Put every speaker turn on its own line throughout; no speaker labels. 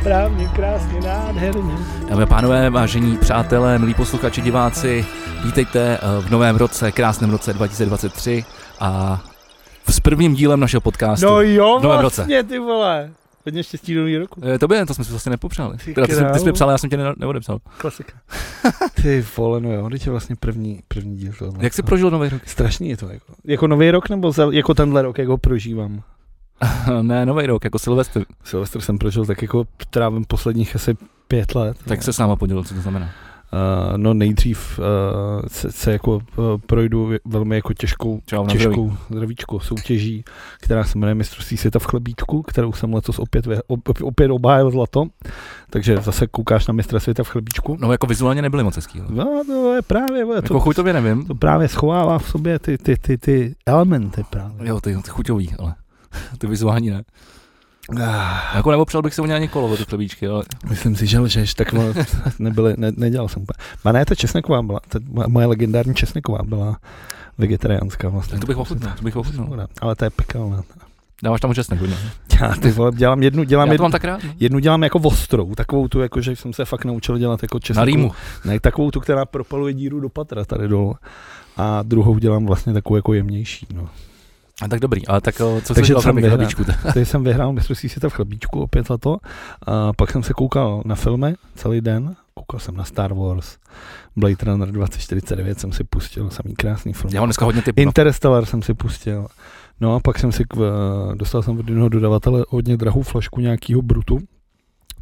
Správně, krásně, nádherně.
Dámy a pánové, vážení přátelé, milí posluchači, diváci, vítejte eh, v novém roce, krásném roce 2023 a s prvním dílem našeho podcastu.
No jo,
v novém roce.
vlastně ty vole. Hodně štěstí do nového roku.
Eh, To by, to jsme si vlastně nepopřáli.
Ty
Teda, ty, jsi, ty jsi
krávo.
mi psal, já jsem tě ne- neodepsal.
Klasika. ty vole, no jo, teď je vlastně první, první díl tohle.
Jak jsi prožil nový rok?
Strašný je to jako. Jako nový rok nebo za, jako tenhle rok, jak ho prožívám?
ne, nový rok, jako Silvestr.
Silvestr jsem prožil tak jako trávím posledních asi pět let.
Tak se s náma podělil, co to znamená.
Uh, no nejdřív uh, se, se, jako uh, projdu velmi jako těžkou,
Čau, na zdraví.
těžkou zdravíčkou soutěží, která se jmenuje mistrovství světa v chlebíčku, kterou jsem letos opět, vy- op, op- opět obhájil zlato. Takže zase koukáš na mistra světa v chlebíčku.
No jako vizuálně nebyly moc hezký. ale-
No, to je právě, vole,
Jako
to,
chuť tobě nevím.
to právě schovává v sobě ty, ty, ty, ty elementy právě.
Jo, ty, ty chuťový, ale ty vizuální ne.
Ah,
Jako neopřel bych se o ně ani kolo, o ty chlebíčky, ale
Myslím si, že lžeš, tak vole, nebyly, ne, nedělal jsem úplně. Ma ne, ta česneková byla, ta, mo- moje legendární česneková byla vegetariánská vlastně.
tak to bych ochutnal, to bych ochutnal.
Ale to je pekelné.
Dáváš tam česnek hodně. ne?
Já ty vole, dělám jednu, dělám
Já to
jednu,
mám tak rád. no.
jednu dělám jako ostrou, takovou tu, jako že jsem se fakt naučil dělat jako česneku.
Na rýmu.
Ne, takovou tu, která propaluje díru do patra tady dolů. A druhou dělám vlastně takovou jako jemnější. No.
A tak dobrý, ale tak o, co
Takže
jsi dělal
co
tam
vyhrát?
chlebíčku? teda?
Tady jsem vyhrál mistrovství světa v chlebíčku opět na to. A pak jsem se koukal na filmy celý den. Koukal jsem na Star Wars. Blade Runner 2049 jsem si pustil, samý krásný film.
Já mám dneska hodně typů. no.
Interstellar jsem si pustil. No a pak jsem si, k- eh, dostal jsem od jednoho dodavatele hodně drahou flašku nějakého brutu,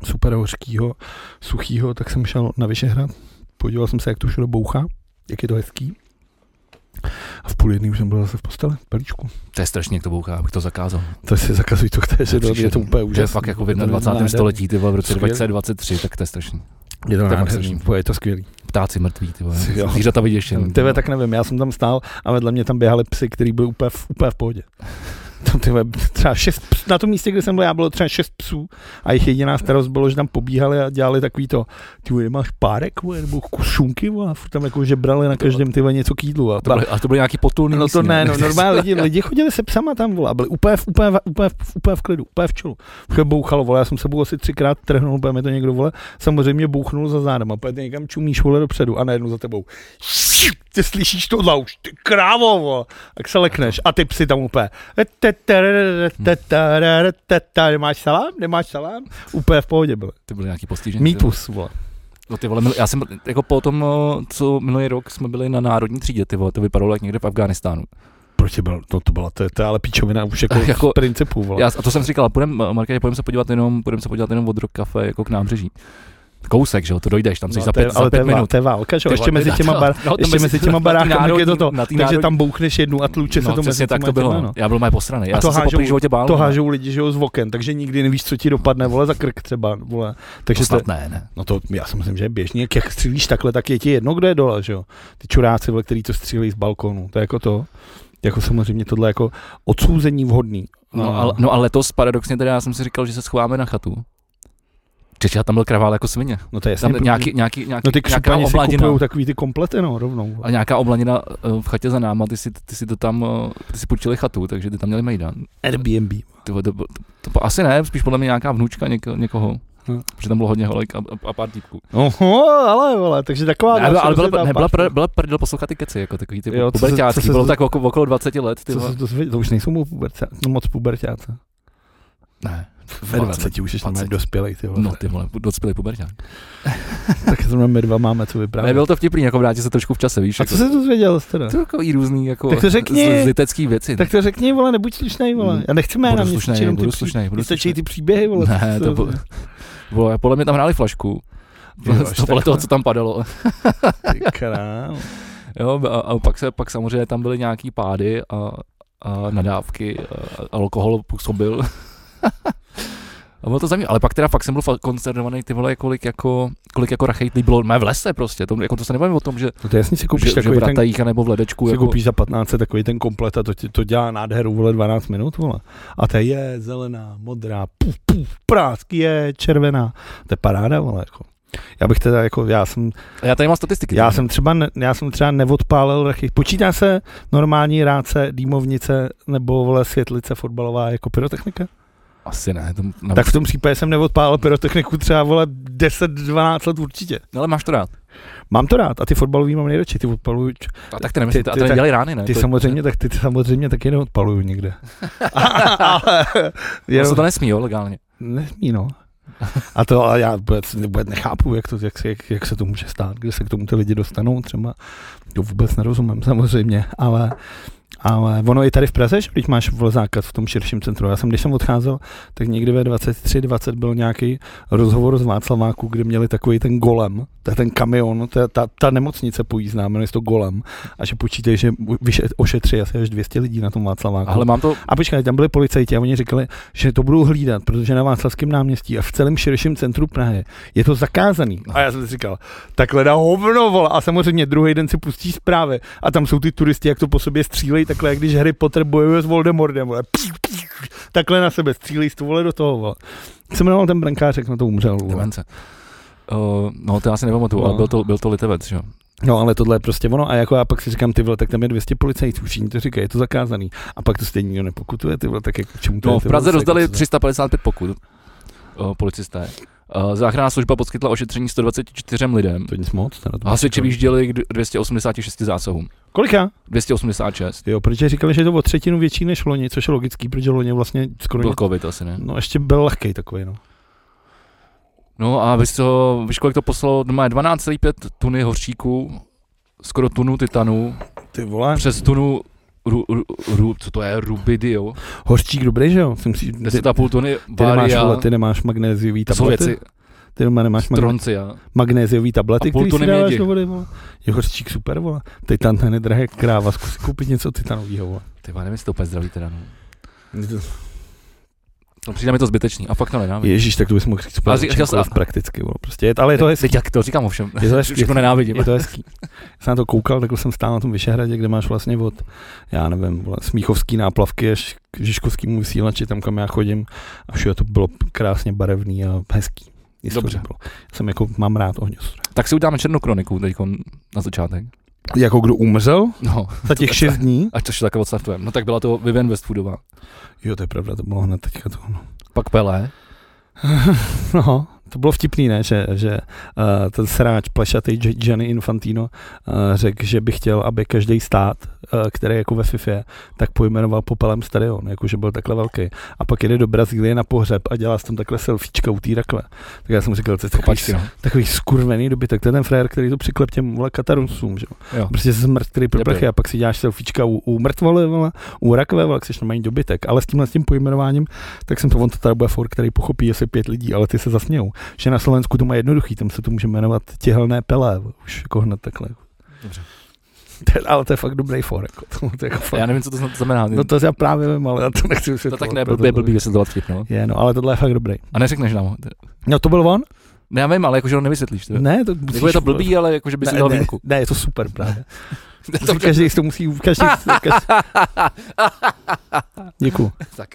super hořkýho, suchýho, tak jsem šel na Vyšehrad, podíval jsem se, jak to všude bouchá, jak je to hezký. A v půl jedný už jsem byl zase v postele, v pelíčku.
To je strašně, jak to bouchá, abych to zakázal.
To si zakazuj, to chceš, je to, je to úplně
Že
úžasné.
je fakt jako
Je
v
to
21.
nádherný.
století, ty vole, v roce
Skvělý.
2023, tak to je strašný.
Je to,
je fakt
nádherný,
strašný.
je to skvělý.
Ptáci mrtví, ty vole.
Jo.
Zvířata vyděšený.
Tebe No, tak nevím, já jsem tam stál a vedle mě tam běhali psy, který byli úplně v, úplně v pohodě. Tam tyhle, třeba šest, ps- na tom místě, kde jsem byl, já bylo třeba šest psů a jejich jediná starost bylo, že tam pobíhali a dělali takový to, ty vole, máš párek, vole, nebo kus šunky, vole, a furt tam jako žebrali na každém ty vole, něco k jídlu. A
To byly, a to byly nějaký potulný
no to
místní,
ne, no normálně lidi, lidi chodili se psama tam, vole, a byli úplně, v- úplně, v- úplně, v- úplně v klidu, úplně v čelu. Vše bouchalo, vole, já jsem sebou asi třikrát trhnul, úplně mi to někdo, vole, samozřejmě bouchnul za zádem a úplně ty někam čumíš, vole, dopředu a najednou za tebou. Ty slyšíš tohle už, ty krávo, vole. Tak se lekneš a ty psy tam úplně. Nemáš salám, nemáš salám, úplně v pohodě byli.
Ty byly nějaký postižení. ty vole.
Mýtus, vole.
No ty vole, mil- já jsem jako po tom, o, co minulý rok jsme byli na národní třídě, ty vole, to vypadalo jak někde v Afganistánu.
Proč je byl, to, to byla, to, je- to je ale píčovina už jako,
Jako-
jako principu, vole.
Já, a to jsem si říkal, půjdem, Markétě, půjdeme se podívat jenom, půjdem se podívat jenom od Rock Cafe jako k nábřeží. Kousek, že jo, to dojdeš, tam jsi za
No, to je-
pět,
ale
za
to je
pět
vá-
minut.
To je válka, že jo? Jako
Ty
Ještě
vole,
mezi
no,
těma,
no,
bar,
no, to
ještě mezi těma
na té
barákama je to to.
národní- na té
Takže
národní-
tam bouchneš jednu a tluče se
No,
to mezi
přesně tak
těma
to bylo.
těma,
no.
no.
Já byl moje posraný. Já
to
jsem se po
hážou-
první životě bál.
To
no.
hážou lidi, že jo, z oken, takže nikdy nevíš, co ti dopadne, vole, za krk třeba, vole.
To
Takže to,
snad ne, ne.
no to já si myslím, že je běžný, jak, jak střílíš takhle, tak je ti jedno, kdo je dole, že jo. Ty čuráci, vole, který to střílí z balkonu, to je jako to. Jako samozřejmě tohle jako odsouzení vhodný.
No, ale, no a letos paradoxně teda já jsem si říkal, že se schováme na chatu. Čeče, já tam byl kravál jako svině.
no to je jasně.
Tam
protože-
nějaký, nějaký, nějaký,
no ty
nějaká
křupani si
obladina.
kupují takový ty komplety, no, rovnou.
A nějaká oblanina eh, v chatě za náma, ty si, ty si to tam, eh, ty si počili chatu, takže ty tam měli mejdan.
Airbnb.
Ty, vole, to, to, to, to, asi ne, spíš podle mě nějaká vnučka něko, někoho.
Hm.
Protože tam bylo hodně holek a, a, a pár týpků.
Oho, No, ale, vole, takže taková...
Ne,
další
ale byla,
rozjetá
ne, byla,
parta.
pr, byla prdel poslouchat ty keci, jako takový ty
Jo, co se- co
puberťácký,
se-
bylo tak okolo, okolo 20 let, ty
Co
vole.
se dozvěděl? To už nejsou mu puberťáci, no moc puberťáce.
Ne,
Ve 20 už jsi
20.
normálně dospělej, ty vole.
no ty vole, dospělý puberťák.
Tak zrovna my dva máme co
Ne,
vyprávět.
bylo to vtipný, jako vrátit se trošku v čase, víš?
A
jako,
co se dozvěděl jsi teda?
to takový různý, jako
Tak to řekni.
z, z litecký věci.
Tak to řekni, vole, nebuď slušnej, vole. Já nechci jména,
budu
mě stačí
slušnej,
jenom ty,
budu
pří...
slušnej, budu
mě stačí
slušnej.
ty příběhy, vole.
Ne,
co-
to bylo, bylo, podle mě tam hráli flašku.
Jo, až no.
to podle
takhle.
toho, co tam padalo.
Ty krám.
Jo, a, a pak, se, pak samozřejmě tam byly nějaký pády a, a nadávky, a, a alkohol působil. A bylo to zajímavé, ale pak teda fakt jsem byl fa- koncentrovaný ty vole, kolik jako, kolik jako rachejtlí bylo mé v lese prostě, to, jako to se nebavím o tom, že,
No to jasně si koupíš
že, že
takový
v
ten...
ratajích nebo v ledečku,
Si
jako,
koupíš za 15 takový ten komplet a to, ti, to dělá nádheru, vole, 12 minut, vole. A ta je zelená, modrá, puf, puf, prásk, je červená. To je paráda, vole, jako. Já bych teda, jako, já jsem
a já tady mám statistiky.
Já jsem třeba, ne, já jsem třeba neodpálil rachy. Počítá se normální ráce, dýmovnice nebo vole světlice fotbalová jako pyrotechnika?
Asi ne. To, na,
Tak v tom případě jsem neodpálil pyrotechniku třeba, vole, 10-12 let určitě.
ale máš to rád.
Mám to rád a ty fotbalový mám nejradši, ty odpaluju, č-
A tak ty nemyslíš,
Ty-
a
ty
to
tak-
dělají rány, ne?
ty
to,
samozřejmě, tak ty, ty samozřejmě taky neodpaluju nikde. Ale
To,
jenom,
se to nesmí, jo, legálně.
nesmí, no. A to ale já vůbec, vůbec nechápu, jak, to, jak, se- jak, jak, se to může stát, kde se k tomu ty lidi dostanou třeba. To vůbec nerozumím samozřejmě, ale, ale ono i tady v Praze, že když máš vole zákaz v tom širším centru. Já jsem, když jsem odcházel, tak někdy ve 23.20 byl nějaký rozhovor z Václaváku, kde měli takový ten golem, to je ten kamion, to je ta, ta nemocnice pojízdná, jmenuje se to golem, a že počítají, že vyše- ošetří asi až 200 lidí na tom Václaváku.
Ale mám to,
A počkej, tam byli policajti a oni říkali, že to budou hlídat, protože na Václavském náměstí a v celém širším centru Prahy je to zakázaný. A já jsem si říkal, takhle na hovno, vole. A samozřejmě druhý den si pustí zprávy a tam jsou ty turisti, jak to po sobě střílejí, takhle, jak když Harry Potter bojuje s Voldemortem, vole. Píš, píš, takhle na sebe střílejí, to vole do toho, vole. Se jmenoval ten brankářek, na to umřel. Vole.
demence. Uh, no, to já si nepamatuju,
No.
ale byl to, byl to Litevec, že jo.
No ale tohle je prostě ono a jako já pak si říkám, ty vole, tak tam je 200 policajtů, všichni to říkají, je to zakázaný. A pak to stejně nikdo nepokutuje, ty vole, tak jak, k čemu to
No,
je,
v
ty
Praze
vole,
rozdali
jako co to-
355 pokut uh, policisté. Uh, záchranná služba poskytla ošetření 124 lidem.
To nic moc. teda to bylo
Hasiči
takové.
vyjížděli k dv- 286 zásahům.
Kolika?
286.
Jo, protože říkali, že je to o třetinu větší než loni, což je logický, protože loni vlastně skoro...
Byl
nic-
covid asi, ne?
No ještě byl lehkej takový, no.
No a víš, co, víš kolik to poslalo? No, Doma je 12,5 tuny hoříků, skoro tunu titanů,
Ty vole.
přes tunu ru, ru, ru, co to je, rubidiu,
Hořčík dobrý, že jo? Jsem si, ty, ty,
10,5 tuny
nemáš,
baria,
vole, ty nemáš magnéziový
to jsou
tablety.
věci,
Ty doma nemáš mag-
troncia.
magnéziový tablety,
A půl
který si
tuny
dáváš
mědi.
do vody, vole. Je hořčík super, vole. Titan ten je drahý jak kráva, zkus si koupit něco titanového, vole.
Ty vole, nevím, jestli to úplně zdraví teda, no. no přijde mi to zbytečný, a fakt to nenávidím.
Ježíš, tak to bys mohl říct
Ale
úplně
říkal
čemkoliv
jsem-
prakticky, vole. Prostě je, ale je to hezký.
Teď jak to říkám ovšem,
Je to hezký.
všechno nenávidím.
Je to hezký. jako Já jsem na to koukal, takhle jsem stál na tom Vyšehradě, kde máš vlastně od, já nevím, vole, smíchovský náplavky až k Žižkovskému vysílači, tam kam já chodím. A všude to bylo krásně barevný a hezký. Nic to
Dobře.
nebylo. Jsem jako, mám rád ohňostroj.
Tak si uděláme černou kroniku teď na začátek.
Jako kdo umřel
No,
za těch šest dní?
ať to ještě takhle odstartujeme. No tak byla to Vivian Westwoodová.
Jo, to je pravda, to bylo hned teďka to. No,
Pak Pelé.
no to bylo vtipný, ne, že, že uh, ten sráč plešatý Gi- Gianni Infantino uh, řekl, že by chtěl, aby každý stát, uh, který je jako ve FIFA, tak pojmenoval popelem stadion, jakože byl takhle velký. A pak jede do Brazílie na pohřeb a dělá s tom takhle selfiečka u té rakve. Tak já jsem říkal, to je takový,
Opačky, no.
takový skurvený dobytek, to je ten frajer, který to přiklep těm vole Katarusům, že jo.
Jo.
Prostě smrt, který
Debil.
proprchy a pak si děláš selfiečka u, u mrtvoly, vole, u rakve, vole, jsi normální dobytek. Ale s tímhle s tím pojmenováním, tak jsem to, on to tady bude for, který pochopí asi pět lidí, ale ty se zasmějou. Že na Slovensku to má jednoduchý, tam se to může jmenovat těhelné pelé, vole, už jako hned takhle.
Dobře.
To je- Ale to je fakt dobrý for, jako, to, to je jako fakt.
Já nevím, co to zna- znamená.
No to já právě vím, ale já to nechci
to
vysvětlovat.
tak ne, blbě, blbý vysvětlovat vtip, no.
Je, no, ale tohle je fakt dobrý.
A neřekneš nám ho.
No to byl on?
Ne, já vím, ale jakože ho nevysvětlíš. Teda.
Ne, to musíš,
Jako je to blbý, ale jakože by si
ne,
dal
ne,
výjimku.
ne, je to super právě. To
To bude-
každý si to musí, každý, každý. Děkuju.
tak.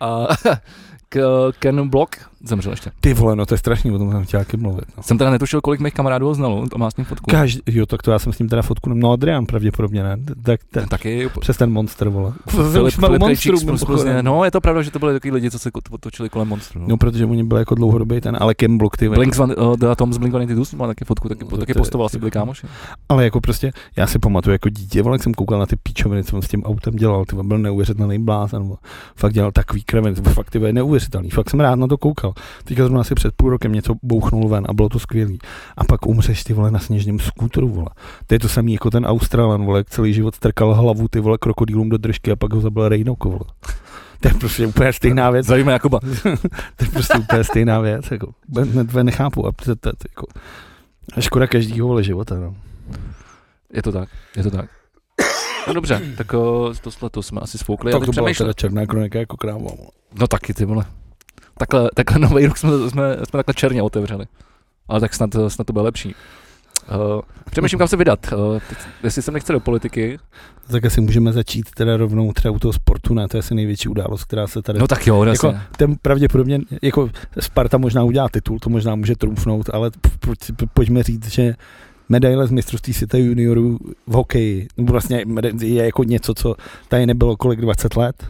A, k, Ken Block zemřel ještě.
Ty vole, no to je strašný, o tom jsem chtěl taky mluvit. No.
Jsem teda netušil, kolik mých kamarádů ho znalo, to má s ním fotku.
Každý, jo, tak to já jsem s ním teda fotku, nem- no Adrian pravděpodobně, ne? D- Tak ten,
Ten taky.
přes ten monster, vole.
Filip,
jsme u
Filip
monstru,
Krejčík z Plzně.
mimochodem.
No, je to pravda, že to byly takový lidi, co se ko- to- točili kolem monstru. No.
No, protože oni byl jako dlouhodobý ten, ale Kim Block, ty vole.
Blink, Zvan- eh, teda Tom z Blink-182 má taky fotku, taky,
No, to
taky
to je-
postoval, asi byli kámoši.
Ale jako prostě, já si pamatuju jako dítě, vole, jak jsem koukal na ty píčoviny, co on s tím autem dělal, ty vole, byl neuvěřitelný blázen, vole. fakt dělal takový kraviny, fakt ty vole, neuvěřitelný, fakt jsem rád na to koukal. Teďka zrovna asi před půl rokem něco bouchnul ven a bylo to skvělý. A pak umřeš ty vole na sněžném skútru, vole. To je to samý jako ten Australan, vole, jak celý život strkal hlavu ty vole krokodýlům do držky a pak ho zabil Rejnok, vole. To je prostě úplně stejná věc.
Zavíme Jakuba.
To je prostě úplně stejná věc. Jako, ne, ne, nechápu. A to, to, to, jako, škoda každýho vole života. No.
Je to tak, je to tak. No dobře, tak o, tohle to jsme asi
Tak
sfoukli.
to
já teď
byla
přemýšlím.
teda černá kronika jako kráva. vole.
No taky ty vole. Takhle, takhle nový rok jsme, jsme, jsme takhle černě otevřeli. Ale tak snad, snad to bude lepší. Uh, přemýšlím, kam se vydat. Uh, teď, jestli jsem nechce do politiky.
Tak asi můžeme začít teda rovnou třeba u toho sportu, ne? To je asi největší událost, která se tady...
No tak jo, jasně.
jako, ten pravděpodobně, jako Sparta možná udělá titul, to možná může trumfnout, ale p- pojď- p- pojďme říct, že medaile z mistrovství světa juniorů v hokeji, nebo vlastně meda- je jako něco, co tady nebylo kolik 20 let.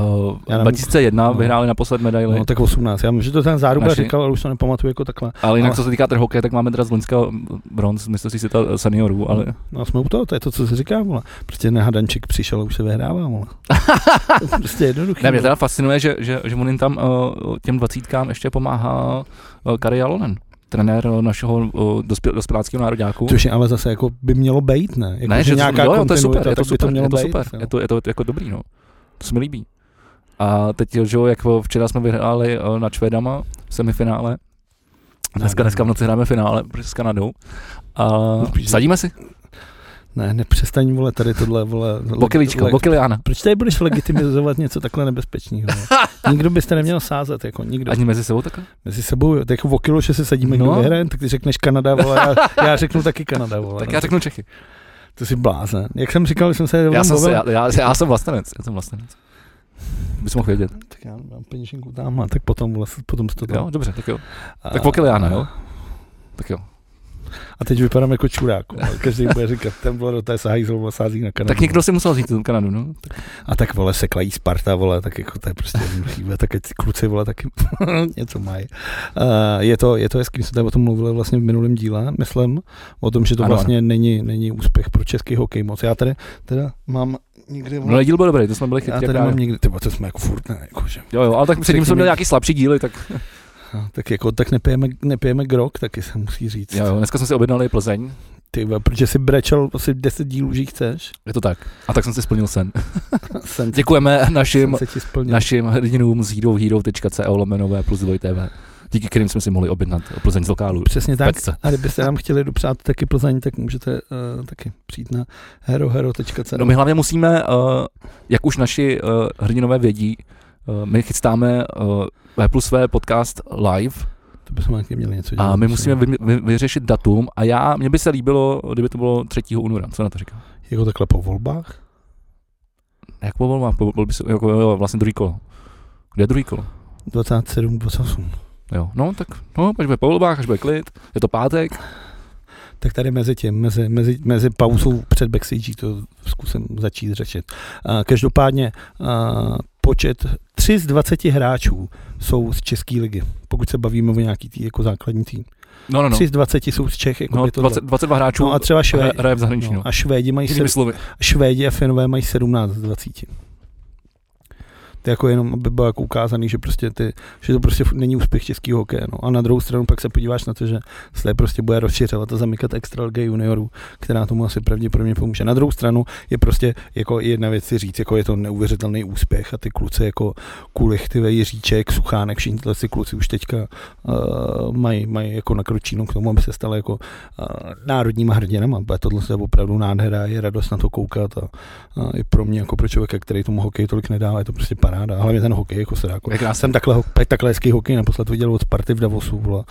Uh,
Já nevím.
2001
No.
vyhráli naposled medaili,
No, tak 18. Já vím, že to ten záruba
Naši-
říkal, ale už to nepamatuju jako takhle.
ale jinak
ale-
co se týká trh hokeje, tak máme teda z Loňska eh, bronz, mistrovství světa seniorů, ale
No a jsme u toho, to je to, co se říká, vole. Prostě nehadančík přišel a už se vyhrává, vole. To je prostě jednoduché.
Ne, mě teda fascinuje, že, že, že Munin tam uh, těm dvacítkám ještě pomáhá uh, Kari Jalonen, trenér uh, našeho uh, dospěl, dospěláckého nároďáku.
Což je ale zase jako by mělo být, ne? Jako,
ne,
že nějaká
jo, jo, to je super,
kontinuita,
je to
tak by
super,
to mělo
je to
být,
super,
jo.
je to, je to jako dobrý, no. To se mi líbí. A teď, že jo, jak včera jsme vyhráli eh, nad Švédama v semifinále, dneska,
Ne, No,
dneska v noci hráme finále prostě s Kanadou. A
Upíš.
sadíme si?
Ne, nepřestaň, vole, tady tohle, vole. le-
Bokilička,
No, le-
Bokiliána.
Proč tady budeš legitimizovat něco takhle nebezpečného? vole? Nikdo byste neměl sázet, jako nikdo.
Ani mezi sebou takhle?
Mezi sebou, jo, tak jako v okilu, že se sadíme, no.
No.
kdo vyhraje, tak ty řekneš Kanada, vole, já, já řeknu taky Kanada, vole.
Tak
no.
já řeknu Čechy.
To jsi blázen. Jak jsem říkal, že jsem se
Já jsem, se, já, já, já jsem vlastenec, já jsem vlastenec. Bys mohl vědět.
Tak já mám peněženku tamhle, tak potom, vole, potom si to dám.
Jo, dobře, tak jo.
A-
Tak Bokiliána, jo? Tak jo.
A teď vypadám jako čurák. vole. Každý bude říkat, ten byl do té sahajzel, vole, sází na Kanadu.
Tak někdo si musel říct tu Kanadu, no. Tak
A tak vole se klají Sparta, vole, tak jako to je prostě jednoduchý, vole, tak ať ty kluci, vole, taky něco mají. Uh, je to, je to hezký, my jsme tady o tom mluvili vlastně v minulém díle, myslím, o tom, že to
Ano,
vlastně není, není úspěch pro český hokej moc. Já tady teda mám někdy, vole,
Minulý díl byl dobrý, to jsme
já
byli chytí. No, jak
tady
rádi.
mám někdy, ty vole, to jsme jako furt, ne, jako, že,
Jo, jo, ale tak předtím
Předtím
jsem měl
je-
nějaký slabší díly, tak
no, tak jako, tak nepijeme, nepijeme grok, taky se musí říct.
jo, jo, dneska jsme si objednali Plzeň,
Ty vole, protože si brečel asi 10 dílů, že jich chceš.
je to tak. A tak jsem si splnil sen.
Jsem,
Děkujeme našim,
jsem se ti splnil.
našim hrdinům z hero.co lomenové plus 2 TV, díky kterým jsme si mohli objednat eh, Plzeň z lokálu.
Přesně tak.
Pecce.
A kdybyste nám chtěli dopřát taky Plzeň, tak můžete uh, taky přijít na herohero.cz.
No my hlavně musíme, eh, jak už naši eh, hrdinové vědí, eh, my chystáme eh, V plus V podcast live
To bychom taky měli něco dělat.
a my musíme vy, vy, vyřešit datum a já, mně by se líbilo, kdyby to bylo 3. února, co na to říká?
Jako takhle po volbách?
Jak po volbách? Po, po, po, jako, jo, vlastně druhý kolo. Kde je druhý kolo?
27, 28.
Jo, no tak, no, až bude po volbách, až bude klid, je to pátek,
Tak tady mezi tím, mezi, mezi, mezi pauzou před backstage to zkusím začít řešit. A každopádně a počet 3 z 20 hráčů jsou z České ligy, pokud se bavíme o nějaký tý, jako základní tým.
no, no, no,
3 z 20 jsou z Čech, jako
no
by to
20, 22 hráčů
no a třeba
hraje-
Švédi,
hraje v zahraničí, no.
no, a Švédi mají
Jinými slovy,
Švédi a Finové mají 17 z 20. To je jako jenom, aby bylo jako ukázaný, že prostě ty, že to prostě furt není úspěch českého hokeje. No. A na druhou stranu pak se podíváš na to, že se tady prostě bude rozšiřovat a zamykat extraliga juniorů, která tomu asi pravděpodobně pomůže. Na druhou stranu je prostě jako jedna věc si říct, jako je to neuvěřitelný úspěch a ty kluci jako Kulich, ty vej, Jiříček, Suchánek, všichni tyhle si kluci už teďka uh, mají, mají jako nakročíno k tomu, aby se stali jako uh, národníma hrdinama. Bude tohle je opravdu nádhera, je radost na to koukat a, a i pro mě jako pro člověka, který tomu hokeji tolik nedává, je to prostě paráda. A Hlavně ten hokej jako se dá. Jako,
je
já
krásné.
jsem takhle, ho- tak- takhle hezký hokej naposled viděl od Sparty v Davosu. Vole.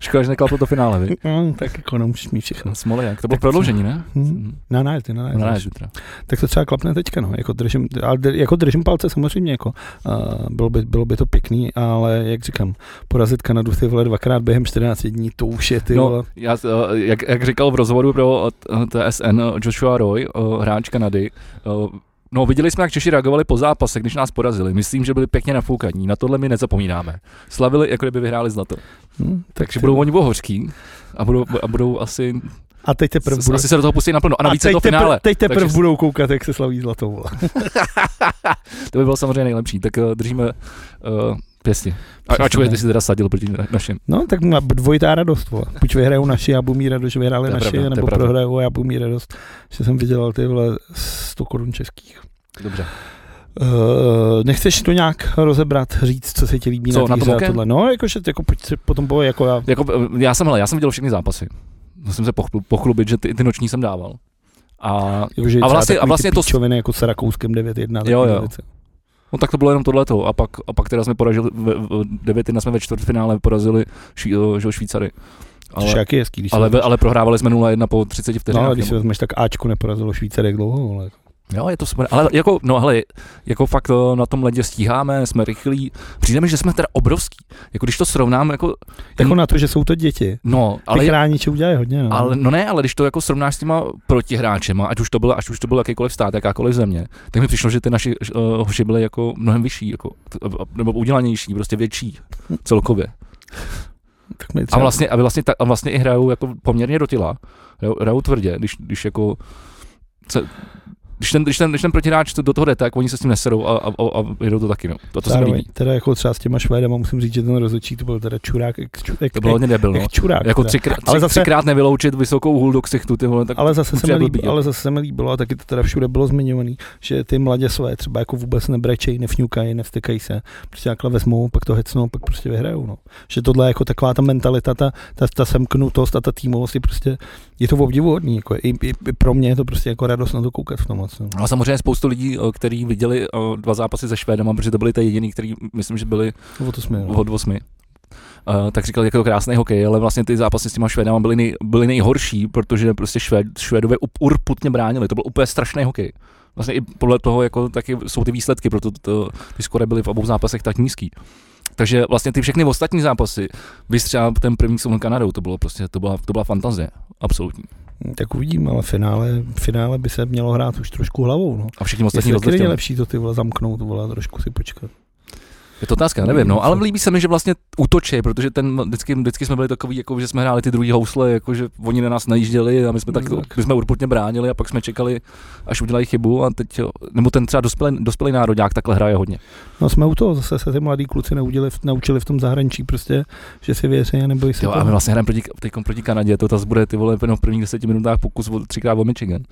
Škoda, že neklaplo to finále, vy.
Mm, tak jako nemůžeš mít všechno.
Smole, jak? To bylo
Tak co?
prodloužení, ne?
Hm.
Hm.
Na nájezdy, na
No, ne,
nájezdy.
zítra.
Tak to třeba klapne teďka, no. Jako držím, ale dr- jako držím palce samozřejmě, jako. Uh, bylo, by, bylo by to pěkný, ale jak říkám, porazit Kanadu ty vole dvakrát během 14 dní, to už je ty vole.
No, já, eh, jak, jak, říkal v rozhovoru pro eh, TSN eh, Joshua Roy, eh, hráč Kanady, eh, No, viděli jsme, jak Češi reagovali po zápase, když nás porazili. Myslím, že byli pěkně nafoukaní. Na tohle my nezapomínáme. Slavili, jako kdyby vyhráli zlato.
Hm, tak
Takže
ty-
budou oni bohořký a budou, a budou asi,
A teď teprve
s-
budou-
asi se do toho pustí naplno. A navíc je
teď
to
teprve-
finále.
Teď teprve
Takže-
budou koukat, jak se slaví zlatou. vole.
To by bylo samozřejmě nejlepší. Tak eh, držíme uh, pěsti. A,
Přesně
ačkoliv ty
tak.
jsi teda sadil proti na- našim.
No, tak má dvojitá radost. Vole. Buď vyhrajou naši, já budu mít radost, že vyhráli
To je
naši,
pravda, to je
nebo
pravda.
prohrajou, já budu mít radost, že jsem vydělal ty vole 100 korun českých.
Dobře.
Uh, nechceš to nějak rozebrat, říct, co se ti líbí
Co,
na, té
na tom
hře a
hokeji?
tohle? No, jakože jako pojď se potom boj, jako já.
Jako, eh, já jsem, hele, já jsem viděl všechny zápasy. Musím se pochlu- pochlubit, že ty, ty noční jsem dával. A
Jakože
A
třeba
vlastně- a
takový ty
vlastně to s-
píčoviny jako s Rakouskem 9-1.
Jo,
takové
jo.
věci.
no tak to bylo jenom tohleto. A pak, a pak teda jsme porazili, v, v, 9 jsme ve čtvrtfinále porazili šví, eh, že jo, Švýcary.
Což je
Ale,
jaký hezký, když
ale,
se
ale, prohrávali jsme 0-1 po 30
no,
vteřinách.
ale když
nebo- Hm.
se vezmeš, tak Ačko neporazilo Švýcary jak dlouho, ale
Jo, je to super. Ale jako, no hele, jako fakt eh, na tom ledě stíháme, jsme rychlí. Přijde mi, že jsme teda obrovský. Jako když to srovnám, jako,
Jako na to, že jsou to děti.
no,
Ale
ale
Ty chrániče udělají hodně, no.
Ale, no ne, ale když to jako srovnáš s těma protihráčema, ať už to bylo, ať už to byl jakýkoliv stát, jakákoliv země, tak mi přišlo, že ty naši uh, hoši byli jako mnohem vyšší, jako, t- nebo udělanější, prostě větší celkově.
tak mi
A
třeba-
vlastně, a vlastně, ta, a vlastně i hrajou jako poměrně do těla. Hrajou, hrajou tvrdě, když, když jako se, když ten, když, ten, když ten protihráč to do toho jde, tak oni se s tím neserou a, a, a, a jedou to taky. No. A to se mi
Zároveň,
líbí.
teda jako třeba s těma Švédama musím říct, že ten rozhodčí to byl teda čurák, jak, jak,
To bylo hodně debil, no.
jak čurák.
Jako
teda.
třikrát,
Ale
ale
zase-
třikrát nevyloučit vysokou hůl do ksichtu, ty vole, tak
ale zase, se
určitě
mi
blbý,
líbilo,
jo.
ale zase se mi líbilo, a taky to teda všude bylo zmiňovaný, že ty mladě své třeba jako vůbec nebrečej, nefňukají, nevstykají se, prostě takhle vezmou, pak to hecnou, pak prostě vyhrajou. No. Že tohle je jako taková ta mentalita, ta, ta, ta semknutost a ta týmovost je prostě, je to obdivuhodný, jako i, i, i, pro mě je to prostě jako radost na to koukat v tom moc. No.
Ale samozřejmě spoustu lidí, o, kteří viděli o, dva zápasy se Švédama, protože to byli ty jediný, který myslím, že byli
O to jsme, no.
od osmi, eh, tak říkal, jak je to krásný hokej, ale vlastně ty zápasy s těma Švédama byly, nej, byly nejhorší, protože prostě Švéd, Švédové up- urputně bránili. To byl úplně strašný hokej. Vlastně i podle toho jako taky jsou ty výsledky, proto to, ty skore byly v obou zápasech tak nízký. Takže vlastně ty všechny ostatní zápasy, bys třeba ten první s tou Kanadou, to bylo prostě, to byla, to byla fantazie, absolutní.
Tak uvidím, ale finále, finále by se mělo hrát už trošku hlavou. No.
A všichni ostatní
Jestli taky není
rozletěli.
lepší to ty vole zamknout, vole, a trošku si počkat.
Je to otázka, nevím, no, ale líbí se mi, že vlastně útočí, protože ten, vždycky, vždycky jsme byli takový, jako, že jsme hráli ty druhý housle, jako, že oni na nás najížděli a my jsme tak,
Tak.
my jsme urputně bránili a pak jsme čekali, až udělají chybu a teď, jo, nebo ten třeba dospělý, dospělý národák takhle hraje hodně.
No jsme u toho, zase se ty mladí kluci naučili, naučili v tom zahraničí prostě, že si věří a nebojí se
Jo, a my vlastně hrajeme proti, teď proti Kanadě, to tas bude ty vole no, v prvních deseti minutách pokus o- třikrát o Michigan.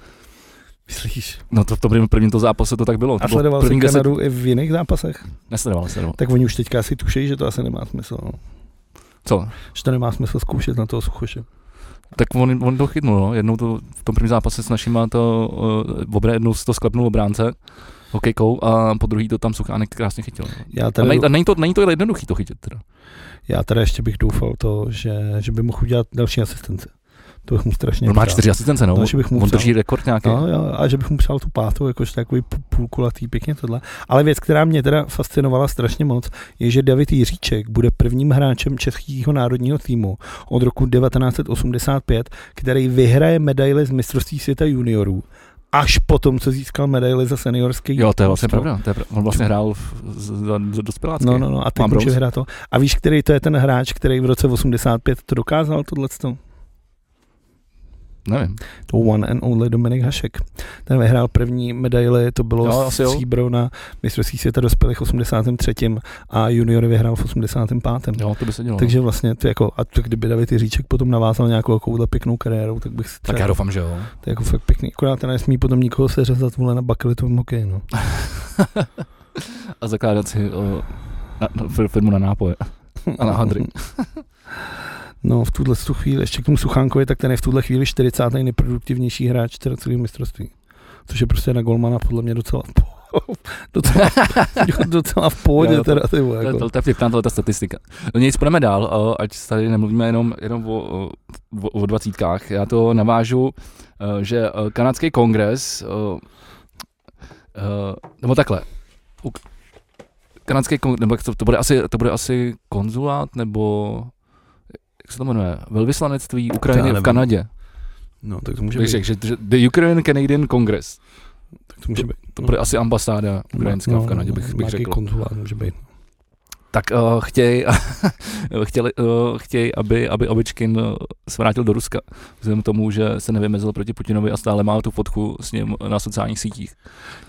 myslíš.
No to v tom prvním- prvním to zápase to tak bylo.
A
to bylo
sledoval jsi
prvních
Kanadu i v jiných zápasech?
Nesledoval, nesledoval.
Tak oni už teďka asi tuší, že to asi nemá smysl. No.
Co?
Že to nemá smysl zkoušet na toho suchoše.
Tak on, on to chytnul, no. jednou to v tom prvním zápase s našima to, uh, obra, jednou se to sklepnul obránce hokejkou a po druhý to tam Suchánek krásně chytil. no.
Já
A,
tady,
nej, a není, to, není to jednoduchý to chytit teda.
já tady ještě bych doufal to, že, že by mohl udělat další asistenci. To bych mu strašně
On má
přál.
čtyři asistence, no.
No, že bych mu
on
přál.
drží rekord nějaký.
No, jo, a že bych mu přál tu pátou, jakož takový pů- půlkulatý, pěkně tohle. Ale věc, která mě teda fascinovala strašně moc, je, že David Jiříček bude prvním hráčem českého národního týmu od roku 1985, který vyhraje medaili z mistrovství světa juniorů až potom, co získal medaili za seniorský.
Jo, to je vlastně
mistrovství.
pravda. To je pra... On vlastně hrál v, z, za, za dospělácky.
No, no, no, a teď
Ambrose.
může hrát to. A víš, který to je ten hráč, který v roce 85 to dokázal, tohleto?
Nevím.
to one and only Dominik Hašek. Ten vyhrál první medaili, to bylo
Jo,
jo,
asi jo.
stříbro na mistrovství světa dospělých v 83. a junior vyhrál v 85. Jo.
Jo, no. to by se dělo.
Takže vlastně to jako, a to kdyby David Jiříček potom navázal nějakou takovouhle pěknou kariérou, tak bych si
Tak
třeba,
já doufám, že jo.
to je jako fakt pěkný. Akorát ten nesmí potom nikoho seřezat vole na bakelitovém hokeji, no.
A zakládat si o, na, na, fir- firmu na nápoje. A na Hm, hadry.
No, v tuhle tu chvíli, ještě k tomu Suchánkovi, tak ten je v tuhle chvíli 40. nejproduktivnější hráč teda celého mistrovství. Což je prostě na Golmana podle mě docela v po- docela, docela v pohodě
Jo, to-
teda, ty vole,
To je-
jako.
To, to je vtipná tohle statistika. No nic, půjdeme dál, o, ať tady nemluvíme jenom, jenom o, o- o, o dvacítkách. Já to navážu, eh, že eh, kanadský kongres, eh, eh, nebo takhle, u- kanadský kongres, nebo jak to, to, bude asi, to bude asi konzulát, nebo jak se to jmenuje, velvyslanectví
Já
Ukrajiny v
nevím.
Kanadě.
No, tak to může
Takže
být.
že, že The Ukraine Canadian Congress,
Tak to může být.
to bude asi ambasáda ukrajinská v Kanadě, bych, bych
No. nějaký
řekl.
konzulát může být.
Tak uh, chtěj, chtěli, uh, chtěj, aby, aby Ovečkin eh, se vrátil do Ruska, vzhledem k tomu, že se nevymezil proti Putinovi a stále má tu fotku s ním na sociálních sítích.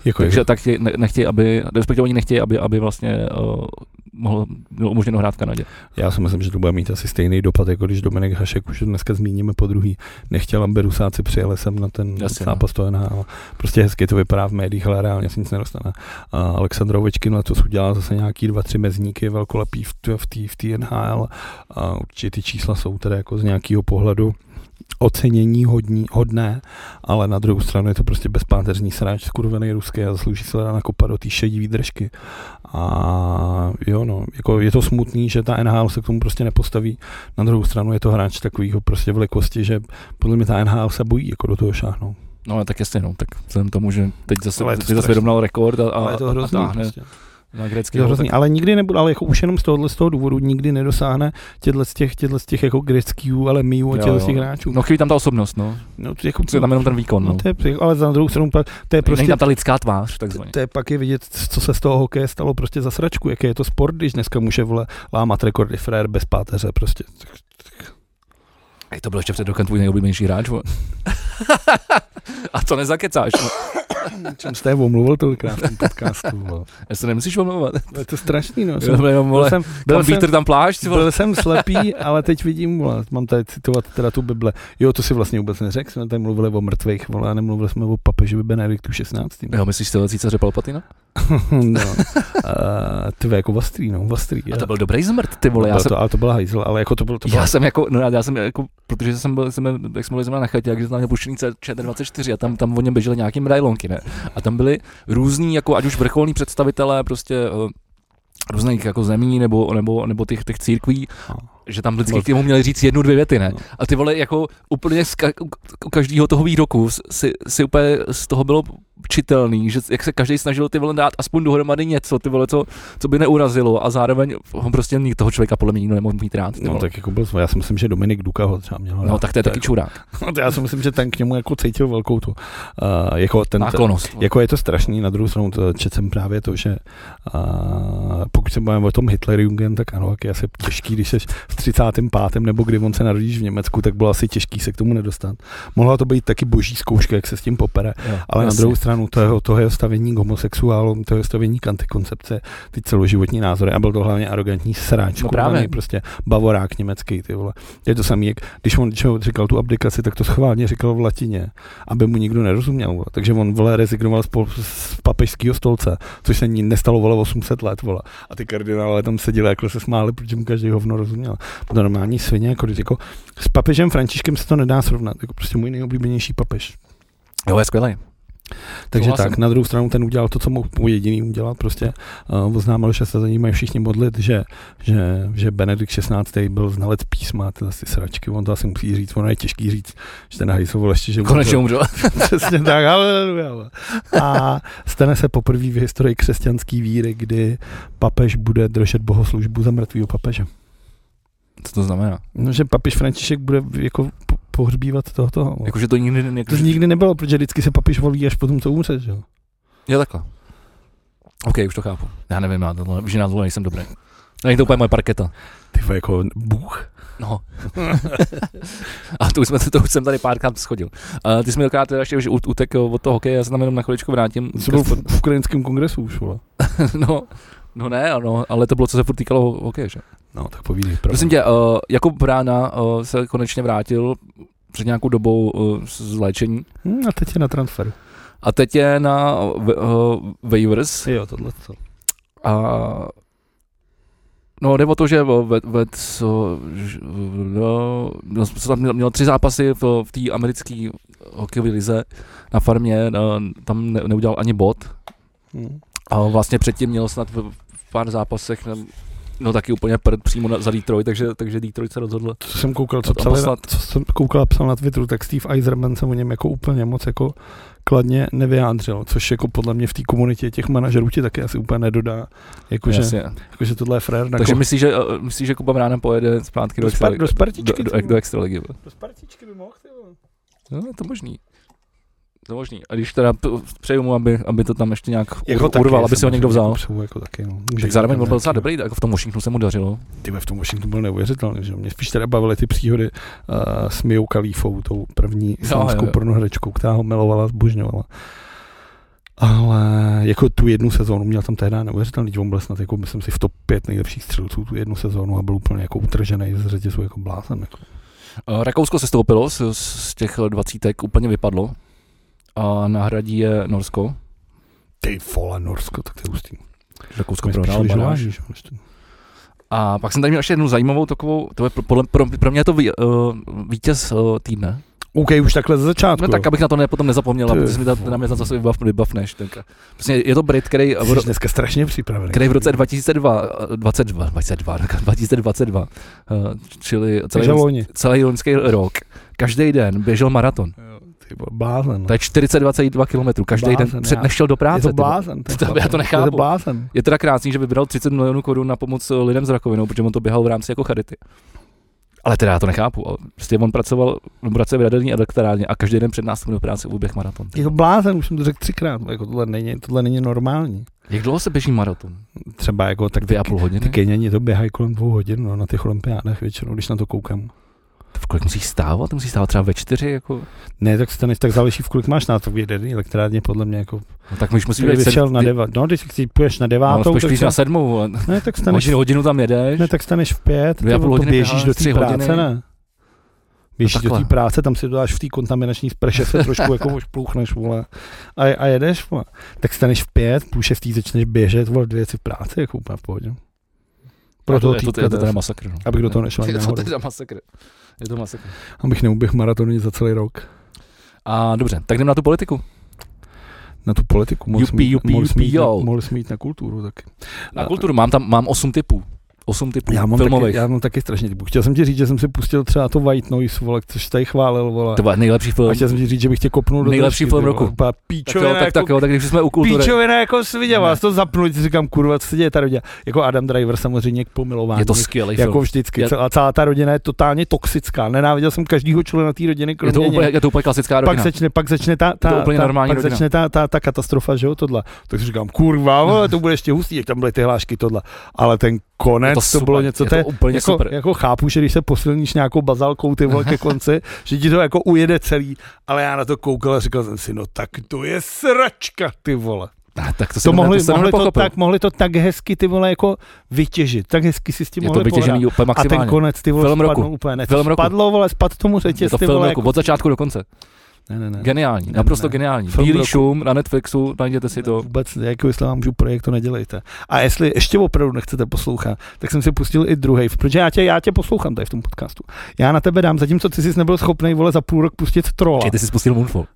Jako
Takže tak chtěj, ne, nechtěj, aby, respektive oni nechtějí, aby, aby vlastně uh, mohl, bylo umožněno hrát v Kanadě.
Já si myslím, že to bude mít asi stejný dopad, jako když Dominik Hašek, už to dneska zmíníme po druhý, nechtěl, aby Rusáci přijeli sem na ten
Jasně,
Jasně, zápas to NHL. Prostě hezky to vypadá v médiích, ale reálně se nic nedostane. A Aleksandr Ovečkin letos udělal zase nějaký dva, tři mezníky velkolepý v té v tý, v tý NHL. A určitě ty čísla jsou teda jako z nějakého pohledu ocenění hodní, hodné, ale na druhou stranu je to prostě bezpáteřní sráč, skurvený ruský a zaslouží se teda nakopat do té šedivý držky. A jo, no, jako je to smutný, že ta NHL se k tomu prostě nepostaví. Na druhou stranu je to hráč takovýho prostě velikosti, že podle mě ta NHL se bojí jako do toho šáhnout.
No ale tak jasně, no, tak vzhledem k tomu, že teď zase,
Ale je
teď
to
zase
strašný.
vyrovnal rekord a, a,
ale je to hrozný.
a táhne
prostě.
na
Je
grecký
to
gol,
hrozný. Ale nikdy nebude, ale jako už jenom z tohohle z toho důvodu nikdy nedosáhne těchto z těch, těchto z těch jako greckýů, ale miů a
Jo,
těchto
jo.
z těch hráčů.
No chybí tam ta osobnost, no.
no to jako,
Je tam jenom ten výkon, no.
no, to je, psych- ale za druhou stranu, pa- to je
Není
prostě
tam ta lidská tvář, takzvaně.
To je pak i vidět, co se z toho hokeje stalo prostě za sračku, jaký je to sport, když dneska může vole lámat rekordy frér bez páteře prostě. Tak
Ej, to byl ještě před rokem tvůj nejoblíbenější hráč, vole. A to nezakecáš, no.
čem jste omluvil tolikrát v tom podcastu. vole.
Já se nemusíš omlouvat.
To je to strašný, no.
Já
Jsem,
byl jenom,
byl
vole,
jsem, byl
tam
jsem,
vítr, tam plášť, ty vole.
byl jsem slepý, ale teď vidím, vole, mám tady citovat teda tu Bible. Jo, to si vlastně vůbec neřekl, jsme tady mluvili o mrtvých, vole, a nemluvili jsme o papežovi Benediktu 16.
Jo, myslíš tyhle císaře Palpatina?
no. Uh, ty vole, jako ostrý, no, ostrý.
A to byl dobrý zmrt, ty vole.
já
Já jsem,
to, ale to byla hajzl, ale jako to bylo, to bylo
já jsem jako, no, já jsem jako, protože jsem byl, jsem, jak jsme byli zrovna na chatě, takže jsem měl puštěný ČT24 a tam, tam o něm běžely nějaký medailonky, ne? A tam byli různí, jako ať už vrcholní představitelé, prostě eh, různých jako zemí nebo, nebo, nebo těch, těch církví,
No.
že tam vždycky k tomu měli říct jednu, dvě věty, ne?
No.
A ty vole, jako úplně z ka- u každého toho výroku si, si úplně z toho bylo čitelný, že jak se každý snažil ty vole dát aspoň dohromady něco, ty vole, co, co by neurazilo a zároveň ho prostě nik- toho člověka podle mě nikdo nemohl mít rád. ty
No
vole.
tak jako byl, já si myslím, že Dominik Duka ho třeba měl.
No tak to je taky čurák.
No, to já si myslím, že ten k němu jako cítil velkou tu, uh, jako ten,
Náklonost.
jako je to strašný, na druhou stranu to četl jsem právě to, že uh, pokud se bavíme o tom Hitlerjungen, tak ano, jak je asi těžký, když jsi v 35. nebo kdy on se narodíš v Německu, tak bylo asi těžký se k tomu nedostat. Mohla to být taky boží zkouška, jak se s tím popere,
Jo,
ale
jasně.
na druhou stranu to jeho, to jeho stavění k homosexuálům, to jeho stavění k antikoncepce, ty celoživotní názory a byl to hlavně arrogantní sráč,
No
kurva,
právě.
nej, prostě bavorák německý, ty vole. Je to samý, jak když on když on říkal tu abdikaci, tak to schválně říkal v latině, aby mu nikdo nerozuměl, vole. takže on vole rezignoval z, po- z papežského stolce, což se ní nestalo vole 800 let, vole. A ty kardinálové tam seděli, jako se smáli, protože mu každý hovno rozuměl. To normální svině, jako, když jako s papežem Františkem se to nedá srovnat, jako prostě můj nejoblíbenější papež.
jo, je skvělý.
Takže
Souhlasím.
tak, na druhou stranu ten udělal to, co mohl mu jediný udělat, prostě uh, oznámil, že se za ní mají všichni modlit, že, že, že Benedikt 16. byl znalec písma, to asi sračky, on to asi musí říct, ono je těžký říct, že ten hajsoval ještě, že
Konečně umřel.
přesně tak, ale, ale. A stane se poprvé v historii křesťanské víry, kdy papež bude držet bohoslužbu za mrtvého papeže.
Co to znamená?
No, že papež František bude jako po- pohřbívat tohoto. Jako,
Jakože to nikdy ne...
to nikdy nebylo, protože vždycky se papež volí až potom, co umře, že jo?
Je takhle. OK, už to chápu. Já nevím, já tohle, že na tohle nejsem dobrý. Není to úplně moje parketa.
Ty vole, jako Bůh.
No. a to už, jsme, to už jsem tady párkrát schodil. A ty jsi mi dokrát teda ještě už ut- utek eh, od toho hokeje, já se tam jenom na chviličku vrátím. Prostě-
Co byl v, v ukrajinském kongresu už, vole.
no, no ne, ano, ale to bylo, co se furt týkalo ho- hokeje, že?
No, tak povídej. Pravdu.
Prosím tě, uh, Jakub Brána uh, se konečně vrátil před nějakou dobou uh, z z léčení
Hm, a teď je na transferu.
a teď je na uh, uh, waivers
Jo, tohle co.
a no jde o to, že ve, ve, co, ž- no, no, co tam měl, měl tři zápasy v, v té americké eh, hokejové lize na farmě, no, tam ne, neudělal ani bod
Hm.
a vlastně předtím měl snad v, v pár zápasech no, no taky úplně prd přímo na, za Detroit, takže, takže Detroit se rozhodl.
Co jsem koukal,
To
co,
tam
psali, na,
poslat.
co jsem koukal a psal na Twitteru, tak Steve Eiserman se o něm jako úplně moc jako kladně nevyjádřil, což jako podle mě v té komunitě těch manažerů ti taky asi úplně nedodá, jakože,
Jasně.
jakože tohle je frér. Na
Takže
ko-
myslíš, že, eh, myslíš, že Kuba Brána pojede zpátky do,
do, spar,
extraligy?
do
do,
Spartičky.
do, do, do extraligy? vole.
do Spartičky by mohl, ty vole.
No, je to možný. To možný. A když teda p- přeju mu, aby, aby to tam ještě nějak
Jako
jako
taky,
urval, aby si ho
samozřejmě,
někdo vzal.
potřebuji Jako taky, no. Může
Tak
jít
zároveň
tam
on byl docela
nějaký-
dobrý, jako v tom Washingtonu se mu dařilo.
Ty vole, v tom Washingtonu byl neuvěřitelný, že jo? mě spíš teda bavily ty příhody uh, s Mijou Kalífou, tou první islámskou
jo, jo.
pornohračkou, která ho milovala, zbožňovala. Ale jako tu jednu sezónu měl tam tehdy neuvěřitelný, on byl snad jako, myslím si, v top 5 nejlepších střelců tu jednu sezónu a byl úplně jako utržený z řetězu jako blázen. Jako.
Eh, Rakousko se stoupilo z, z těch eh, dvacítek, úplně vypadlo. A nahradí je Norsko.
Ty vole, Norsko, tak to je hustý.
Rakousko
Mě spíš
prohrálo
lyžování,
baráž.
že jo, než to-
A pak jsem tady měl ještě jednu zajímavou takovou, to je pro, podle, pro, pro mě je to vý, uh, vítěz uh, týdne.
OK, už takhle ze začátku.
No tak, abych na to ne, potom nezapomněl,
Ty
protože jsi mi ta-
vole.
na mě zase vybav, vybavneš. tenka. Prostě je to Brit, který,
jo. Jsi dneska strašně připravený.
který v roce 2002, 22, 22, 2022, uh, čili
Takže
celý,
loni.
celý loňský rok, každý den běžel maraton.
ty vole, blázen.
To je 40-22 km každý
Blázen,
den před,
já-
než šel do
je
práce.
to
ty vole.
blázen. ten
To-
chlap.
já to nechápu.
Je to blázen.
Je teda krásný, že vybral 30 milionů korun na pomoc eh, lidem s rakovinou, protože on to běhal v rámci jako charity. Ale teda já to nechápu. ale Prostě on pracoval, on pracuje v radelní elektrárně a každý den před nástupem do práce uběh maraton.
Je to Jako blázen, už jsem to řekl třikrát. Jako tohle, není, tohle není normální.
Jak dlouho se běží maraton?
Třeba jako tak
Tak dvě a půl hodiny?
Ty Keňani to běhají kolem dvou hodin no, na těch olympiádách většinou, když na to koukám.
V kolik musíš stávat? Musíš stávat třeba ve čtyři? Jako?
Ne, tak staneš, tak záleží, v kolik máš nástroj jederný elektrárně, podle mě jako...
No, tak už musíš
Kdyby
být
vyšel na devat, no, když si půjdeš na
No,
devátou, tak,
spíš na
sta-
sedmou, vole.
ne, tak staneš,
Hodinu, hodinu tam jedeš.
ne, tak staneš v pět, ty
Dvě a půl
vole, to
hodiny
běžíš
běháš,
do
tři
té práce,
hodiny.
ne? Běžíš do
takhle.
té práce, tam si dodáš v té kontaminační sprše, se trošku jako šplouchneš, vole, a, a jedeš, vole. Tak staneš v pět, půl šestý začneš běžet, vole, dvě si v práci, jako úplně v pohodě. Pro
Je to,
toho
je to,
týpka,
je to teda masakr. No.
Abych do toho nešel ani
Je to
náhodou.
teda masakr. Je to masakr.
abych neuběhl maraton za celý rok.
A dobře, tak jdem na tu politiku.
na tu politiku.
Jupi,
jsme jít-
jupi,
mohli jsme
jupi,
jít na-
jo.
Mohli jsme jít na kulturu taky.
Na
A-
kulturu mám tam mám 8 typů. 8 typů
Já mám, taky,
filmových.
já mám taky strašně typu. Chtěl jsem ti říct, že jsem si pustil třeba to White Noise, vole, což tady chválil, vole.
To byl nejlepší film.
A chtěl jsem ti říct, že bych tě kopnul do
Nejlepší
tašky,
film
ty vole.
roku.
Úplně
Tak jo,
Píčovina,
tak, tak
jako,
jo, tak když jsme u kultury.
píčovina jako sviděl
Ne.
vás, to zapnul, ti říkám, kurva, co se děje ta rodina. Jako Adam Driver samozřejmě k pomilování.
Je to skvělý
jako
film.
vždycky.
Já-
Celá, celá ta rodina je totálně toxická. Nenáviděl jsem každýho člena té rodiny,
Je
kromě
to,
něj.
úplně, je to úplně klasická
pak
rovina.
začne, pak začne ta,
Je
ta,
to úplně
ta,
normální
pak
rodina.
začne ta, ta, ta, katastrofa, že jo, tohle. Tak si říkám, kurva, vole, to bude ještě hustý, jak tam byly ty hlášky, tohle. Ale ten
Je
konec,
to,
to,
super,
bylo něco,
je
to je,
to úplně
jako,
super.
jako, chápu, že když se posilníš nějakou bazalkou ty vole ke konci, že ti to jako ujede celý, ale já na to koukal a říkal jsem si, no tak to je sračka, ty vole.
Ah, tak to,
To
jsem
mohli,
to jsem
mohli, to
nepochopil.
tak, mohli to tak hezky ty vole jako vytěžit, tak hezky si s tím
je to
mohli pohrát.
vytěžený úplně
A ten
maximálně.
konec ty vole
Film roku.
spadnul úplně, ne,
Film roku.
spadlo vole, spadl tomu
Je
řetěz
to
ty
film
vole. jako-
roku, od začátku do konce.
Ne, ne, ne.
Geniální,
Ne,
naprosto
ne.
geniální.
Film
Bílý
roku.
šum na Netflixu, najděte si to.
Vůbec, jako jestli vám můžu projekt, to nedělejte. A jestli ještě opravdu nechcete poslouchat, tak jsem si pustil i druhý, protože já tě, já tě poslouchám tady v tom podcastu. Já na tebe dám, zatímco ty jsi nebyl schopný vole za půl rok pustit trola.
Čej, ty jsi spustil Moonfall.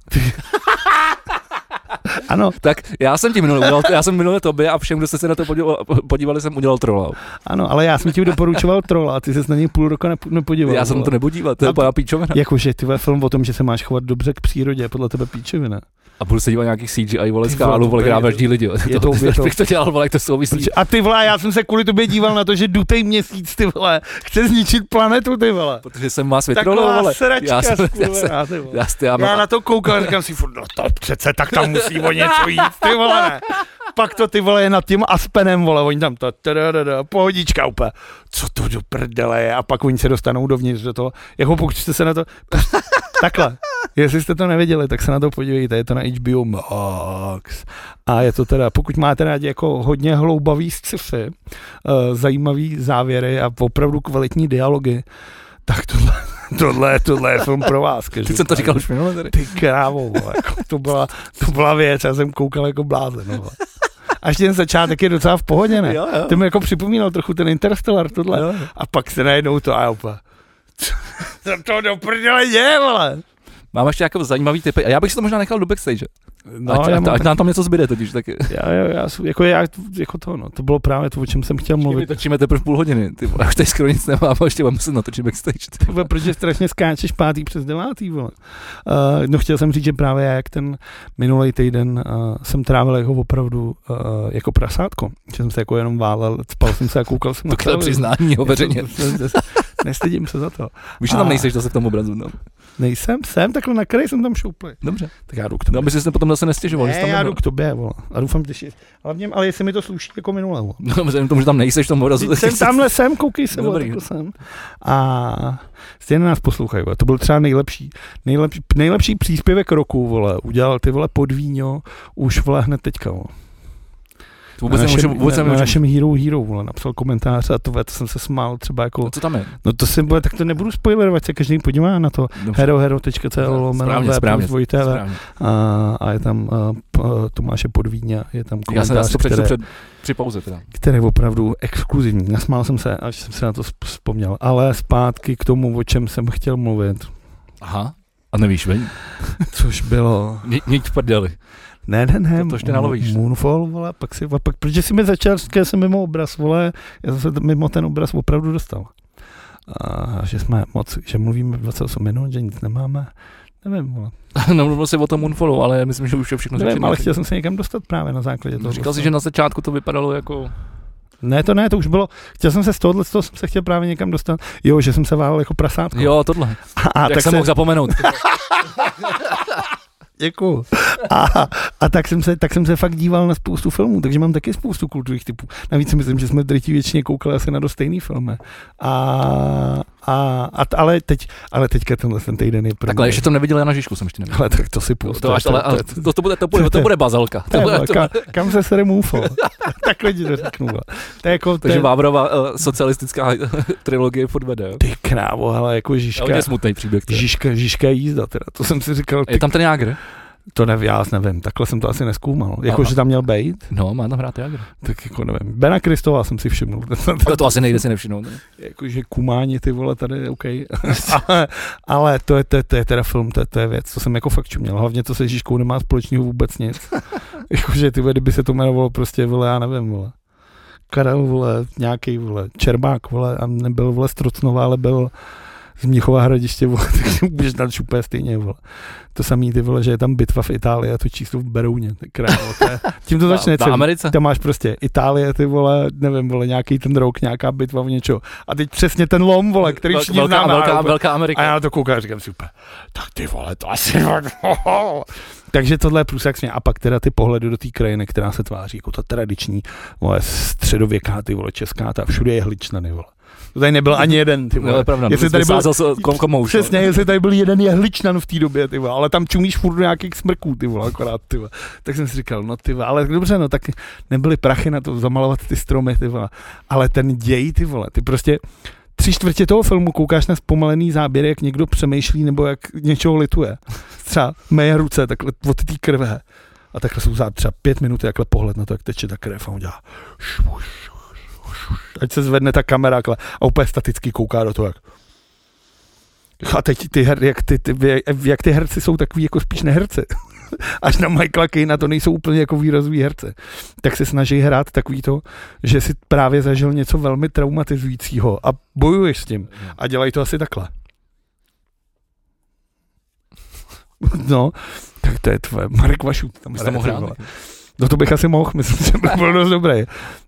Ano,
Tak já jsem ti minule udělal, já jsem minule tobě a všem, kdo jste se na to podíval, podívali, jsem udělal trola.
ano, ale já jsem ti doporučoval trola a ty jsi na něj půl roka nepo- nepodíval.
Já jsem
vole.
to nepodíval, to je
A-
úplná píčovina.
Jakože ty vole, film o tom, že se máš chovat dobře k přírodě, je podle tebe píčovina.
A budu se dívat nějakých CGI, vole,
Ty vole,
skálu,
to
vole,
je-
která vraždí lidi.
je
To,
to- je to-
bych to dělal, vole, jak to souvisí.
Protože, a ty vole, já jsem se kvůli tobě díval na to, že dutej měsíc ty vole, chce zničit planetu ty vole.
Protože jsem vás vytrolil,
Taková
vole.
sračka,
Já jsem, já jsem,
skurvená, ty vole.
já, jsem, já,
Já
mám,
na to koukal a říkám si, furt, no to přece, tak tam musí o něco jít, ty vole. ne. Pak to ty vole je nad tím Aspenem, vole, oni tam to, tadadada, pohodička úplně, co to do prdele je, a pak oni se dostanou dovnitř do toho, jako pokud jste se na to, takhle, jestli jste to neviděli, tak se na to podívejte, je to na HBO Max. A je to teda, pokud máte rádi jako hodně hloubavý sci-fi, eh, zajímavý závěry a opravdu kvalitní dialogy, tak tohle, tohle, tohle je film pro vás.
teď jsem to říkal už minule tady.
Ty krávo, vole, jako to, byla, to byla věc, já jsem koukal jako blázen. No. vole. Až ten začátek je docela v pohodě, ne?
Jo, jo.
To mi jako připomínal trochu ten Interstellar, tohle.
Jo.
A pak se najednou to a já úplně, co- co to do prdele je, vole.
Mám ještě jako zajímavý typy. A já bych si to možná nechal do backstage.
No,
ať,
já,
ať,
mám,
ať, nám tam něco zbyde totiž taky.
já, já, já, jsem- jako, já, jako to, no, to bylo právě to, o čem jsem chtěl
My
mluvit.
točíme teprve půl hodiny. Ty vole, už tady skoro nic nemám a ještě mám muset natočit backstage. Ty
Vole,
vole.
protože strašně skáčeš pátý přes devátý, vole. Uh, no chtěl jsem říct, že právě já, jak ten minulý týden uh, jsem trávil jako opravdu uh, jako prasátko, že jsem se jako jenom válel, spal jsem se a koukal jsem
no, To je
televizi.
přiznání jo,
Já
veřejně.
jsem- jsem- jsem- Nestydím se za to.
Víš, že tam
A-
nejseš zase v tom obrazu. No.
Nejsem, jsem takhle na kraji jsem tam šoupli.
Dobře.
Tak já jdu k tobě.
No, aby jsi se potom zase nestěžoval. že jsi
ne,
tam
já
nebyl.
jdu k tobě, vole. A doufám, že si- hlavně, ale jestli mi to sluší jako minule, vole.
No, vzhledem k tomu, že tam nejseš v tom obrazu.
Vždyť
tak
Jsem
jsi-
tamhle sem, koukej se, vole,
Dobrý.
takhle sem. A stejně nás poslouchají, vole. to byl třeba nejlepší, nejlepší, nejlepší příspěvek roku, vole, udělal ty vole podvíňo, už vole hned teďka, vole.
Vůbec
na našem,
nemůžu, vůbec
na, na
nemůžu.
našem Hero Hero, vole, napsal komentář a to, vole, to jsem se smál třeba jako,
Co tam je?
no to jsem, vole, tak to nebudu spoilerovat, se každý podívá na to,
Dobře.
herohero.cl lomeno
Správně,
V
správně,
plus dvojité V
Správně.
a, a je tam a, p, a, Tomáše Podvíňa, je tam
Já
komentář,
jsem já si to přečtu
které-
před, při pauze teda.
které je opravdu exkluzivní. Nasmál jsem se, až jsem se na to sp- vzpomněl. Ale zpátky k tomu, o čem jsem chtěl mluvit,
Aha. A nevíš, veň?
což bylo...
Nic v prdeli.
Ne, ne, ne.
To- to ještě nalovíš.
Moonfall, vole, pak si, pak, protože si mi začal říkat, že jsem mimo obraz, vole, já jsem se t- mimo ten obraz opravdu dostal. A, že jsme moc, že mluvíme 28 minut, že nic nemáme. Nevím, vole.
Nemluvil No, jsi o tom Moonfallu, ale myslím, že už je všechno
Nevím,
řečeno.
ale chtěl jsem se někam dostat právě na základě toho.
No, Říkal jsi,
prostě.
že na začátku to vypadalo jako...
Ne, to ne, to už bylo. Chtěl jsem se z tohohle, z toho jsem se chtěl právě někam dostat. Jo, že jsem se válel jako prasátko.
Jo, tohle.
a,
A, Jak jsem
se,
mohl zapomenout?
děkuju. A, a tak, jsem se, tak jsem se fakt díval na spoustu filmů, takže mám taky spoustu kulturních typů. Navíc si myslím, že jsme drtí většině koukali asi na dost stejný filmy. A, a, a, t- ale, teď, ale teďka tenhle ten týden je první.
Takhle, ještě jsem neviděl Jana Žižku, jsem ještě neviděl.
Ale tak to si půl.
To, až, ale, ale to, to, bude, to, bude, to bude bazalka. To bude, to,
kam, jako, kam se sere mufo? Takhle ti to řeknu. vole. To je jako, to
takže
je,
Vávrova uh, socialistická trilogie furt vede. jo.
ty krávo, ale jako
Já hodně
Žižka.
smutný příběh. teda.
Žižka, Žižka je jízda teda, to jsem si říkal, ty,
Je tam ten Jágr?
to nevím, já nevím, takhle jsem to asi neskoumal, jako
Aha.
že tam měl bejt,
No, má tam hrát Jágr.
tak jako nevím, Bena Kristova jsem si všiml,
To, to asi nejde si nevšimnout. ne?
jakože kumáni ty vole tady, OK, ale, ale to, je, to, je, to je teda film, to je, to je věc, co jsem jako fakt čuměl, hlavně to se Žižkou nemá společného vůbec nic, jakože ty vole, kdyby se to jmenovalo prostě, vole, já nevím, vole, Karel, vole, nějaký vole, Čermák, vole, a nebyl, vole, Strocnova, ale byl z Mnichova hradiště, vole, takže můžeš dát úplně stejně, vole. To samý ty vole, že je tam bitva v Itálii a to číslo v Berouně, ty králo, to je, tím to začne
Na,
celý.
na Americe?
Tam máš prostě Itálie, ty vole, nevím, vole, nějaký ten rok, nějaká bitva v něčeho. A teď přesně ten lom, vole, který
Vel-
všichni
velká,
známe.
velká,
ale-
velká
a já
Amerika.
na to koukám a říkám si úplně, tak ty vole, to asi... Takže tohle je průsak směr. A pak teda ty pohledy do té krajiny, která se tváří jako ta tradiční, vole, středověká, ty vole, česká, ta všude je hličnany, vole. To tady nebyl ani jeden, ty
No, to
vole.
je pravda,
Jestli
jestli
tady
tady
byl-
sázel s kom, komouš. no.
Přesně, jestli tady byl jeden jehličnan v té době, ty vole, ale tam čumíš furt do nějakých smrků, ty vole, akorát, ty vole. Tak jsem si říkal, no ty vole, ale dobře, no tak nebyly prachy na to zamalovat ty stromy, ty vole. Ale ten děj, ty vole, ty prostě tři čtvrtě toho filmu koukáš na zpomalený záběr, jak někdo přemýšlí nebo jak něčeho lituje. Třeba meje ruce takhle od té krve. A takhle jsou za třeba pět minut takhle pohled na to, jak teče ta krev a on dělá ať se zvedne ta kamera takhle, a úplně staticky kouká do toho, jak a teď ty, her, jak, ty, ty, jak ty herci jsou takový jako spíš neherci. Až na Michaela Kejna to nejsou úplně jako výrazový herce. Tak se snaží hrát takový to, že si právě zažil něco velmi traumatizujícího a bojuješ s tím. A dělají to asi takhle. No, tak to je tvoje. Marek Vašut tam
Bys
hraje,
tam mohl
ty
hrát.
vole. No to bych asi mohl, myslím, že by byl dost dobrý.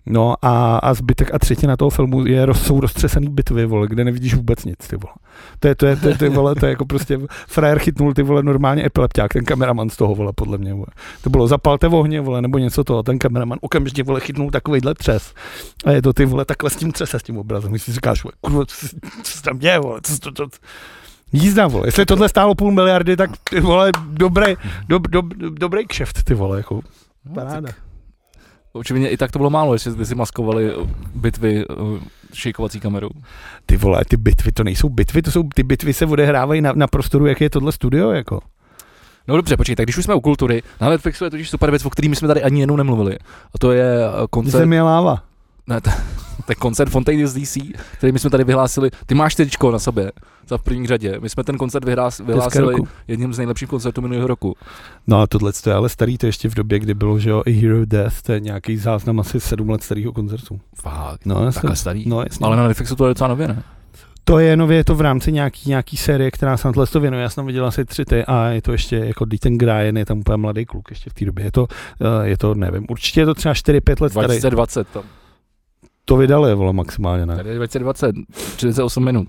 No a, a zbytek a třetina toho filmu je, roz- jsou roztřesený bitvy, vole, kde nevidíš vůbec nic, ty vole. To je, to je, to je, ty vole, to je jako prostě frajer chytnul ty vole normálně epilepták, ten kameraman z toho, vole, podle mě, vole. To bylo zapalte v ohně, vole, nebo něco toho, ten kameraman okamžitě, vole, chytnul takovejhle třes. A je to ty, vole, takhle s tím třese, s tím obrazem, když si říkáš, vole, kurva, co, se- co se tam děje, vole, co, to, to, Jízda, vole. Jestli tohle stálo půl miliardy, tak ty vole, dobrý, dob, dob, dobrý kšeft, ty vole, jako
No,
paráda.
Očividně i tak to bylo málo, jestli by si maskovali eh, bitvy eh, šejkovací kamerou.
Ty vole, ty bitvy, to nejsou bitvy, to jsou, ty bitvy se odehrávají na, na prostoru, jak je tohle studio, jako.
No dobře, počkej, tak když už jsme u kultury, na Netflixu je totiž super věc, o který my jsme tady ani jednou nemluvili. A to je eh, koncert,
Zem je láva.
ne, to, to je koncert Fontaine z DC, který my jsme tady vyhlásili. Ty máš čtyřičko na sobě, za v první řadě. My jsme ten koncert vyhrás, vyhlásili
roku.
jedním z nejlepších koncertů minulého roku.
No a tohle to je ale starý, to je ještě v době, kdy bylo, že jo, i Hero Death, to je nějaký záznam asi sedm let starého koncertu.
Fakt,
No, jasně.
takhle starý.
No, jasně.
Ale na Netflixu to je docela nově, ne?
To je nově, je to v rámci nějaký, nějaký série, která se na tohle to věnuje. Já jsem viděl asi tři ty a je to ještě jako když ten Grajen, je tam úplně mladý kluk ještě v té době. Je to, eh, je to, nevím, určitě je to třeba 4-5 let starý.
2020 tam.
To vydali, vole, maximálně, ne?
Tady je 2020, 48 minut.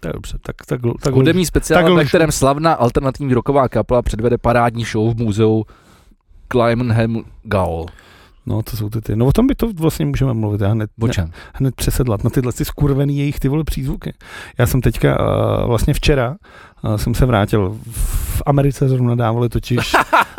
Tak dobře, tak, tak, tak,
Hudební
tak
speciál, ve
lž-
kterém slavná alternativní roková kapla předvede parádní show v muzeu Climenham Gaul.
No, to jsou ty ty. No o tom by to vlastně můžeme mluvit. Já hned, ne,
Bočan.
hned přesedlat na tyhle ty skurvený jejich ty vole přízvuky. Já jsem teďka, eh, vlastně včera, eh, jsem se vrátil. V Americe zrovna dávali totiž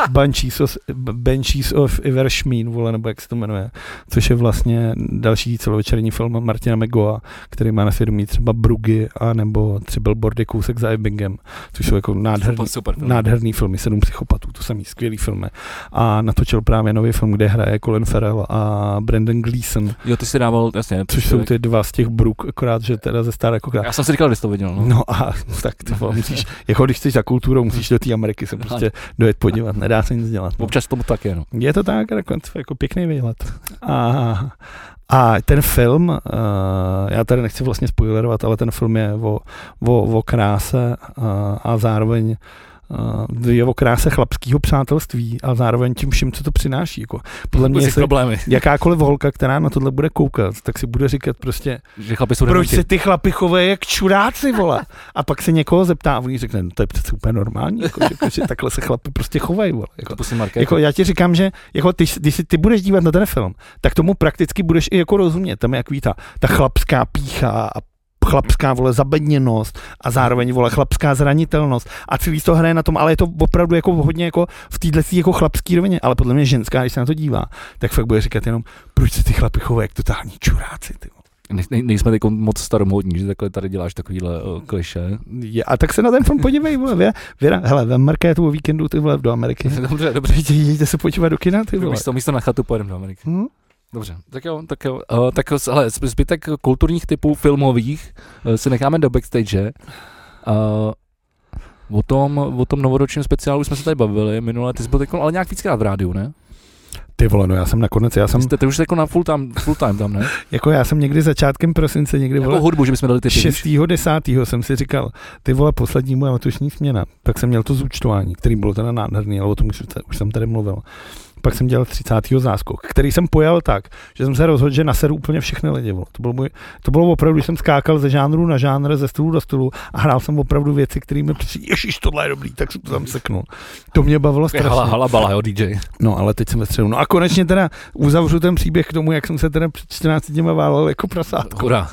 Banshees of, Banshees of Ivershmeen, vole, nebo jak se to jmenuje, což je vlastně další celovečerní film Martina McGoa, který má na svědomí třeba Brugy a nebo tři billboardy kousek za Ebbingem, což jsou jako nádherný,
Super, super. film.
nádherný filmy, Sedm psychopatů, to samý, skvělý filmy. A natočil právě nový film, kde hraje Colin Farrell a Brandon Gleeson,
Jo, ty si dával, jasně.
což jsou ty dva z těch bruk, akorát, že teda ze staré kokrát.
Já jsem si říkal, když jsi to viděl. No.
No a tak ty vole, musíš, jako když chceš za kulturou, musíš do té Ameriky se prostě dojet podívat, nedá se nic dělat. no.
Občas tomu tak je, no.
Je to tak, nakonec jako pěkný výlet. A, a ten film, uh, já tady nechci vlastně spoilerovat, ale ten film je o, o, o kráse uh, a eh, zároveň eh, je o kráse chlapského přátelství a zároveň tím vším, co to přináší. Jako. Podle mě,
Vůbec
jestli
problémy,
jakákoliv holka, která na tohle bude koukat, tak si bude říkat prostě,
že chlapi jsou
proč
demonti.
se ty chlapy chovají jak čuráci, vole? A pak se někoho zeptá a oni řekne, no to je přece úplně normální, jako, že, že takhle se chlapy prostě chovají, vole. Jako,
To pusím Markétu.
jako, já ti říkám, že jako, ty, když si ty budeš dívat na ten film, tak tomu prakticky budeš i jako rozumět. Tam je jak ví ta, ta chlapská pícha a chlapská vole zabedněnost a zároveň vole chlapská zranitelnost a celý to hraje na tom, ale je to opravdu jako hodně jako v této jako chlapský rovině, ale podle mě ženská, když se na to dívá, tak fakt bude říkat jenom, proč se ty chlapy chovají jak totální čuráci, ty vole.
Ne, ne, nejsme teď jako moc staromódní, že takhle tady děláš takovýhle uh, kliše.
Je, a tak se na ten film podívej, vole, Věra, Věra hele, vem Markétu o víkendu, ty vole, do Ameriky.
Dobře, dobře.
Dobře, jděte se podívat do kina, ty vole.
Místo, místo na chatu pojedeme do Ameriky.
Hm?
Dobře, tak jo, tak jo. Uh, tak s- hele, zb- zbytek kulturních typů filmových uh, si necháme do backstage. Uh, o tom, o tom novoročním speciálu jsme se tady bavili minule, ty jsi byl teď, ale nějak víckrát v rádiu, ne?
Ty vole, no já jsem nakonec, já jsem,
Jste, ty už jsi jako na full time, full time tam, ne?
jako já jsem někdy začátkem prosince, někdy,
Jako
vole,
hudbu, že bychom dali ty ty
6. 10. jsem si říkal, ty vole, poslední moje letošní směna. Pak jsem měl to zúčtování, který bylo teda nádherný, ale o tom už, už jsem tady mluvil. Pak jsem dělal 30. záskok, který jsem pojal tak, že jsem se rozhodl, že naseru úplně všechny lidi. Vole. To, bylo můj, to bylo opravdu, že jsem skákal ze žánru na žánr, ze stolu do stolu a hrál jsem opravdu věci, které mi přišly, ježiš, tohle je dobrý, tak jsem to tam seknul. To mě bavilo strašně.
Jako Hala, hala, bala, jo, DJ.
No ale teď jsem ve středu. No a konečně teda uzavřu ten příběh k tomu, jak jsem se teda před 14 dněma válel jako prasátko.
Chudá.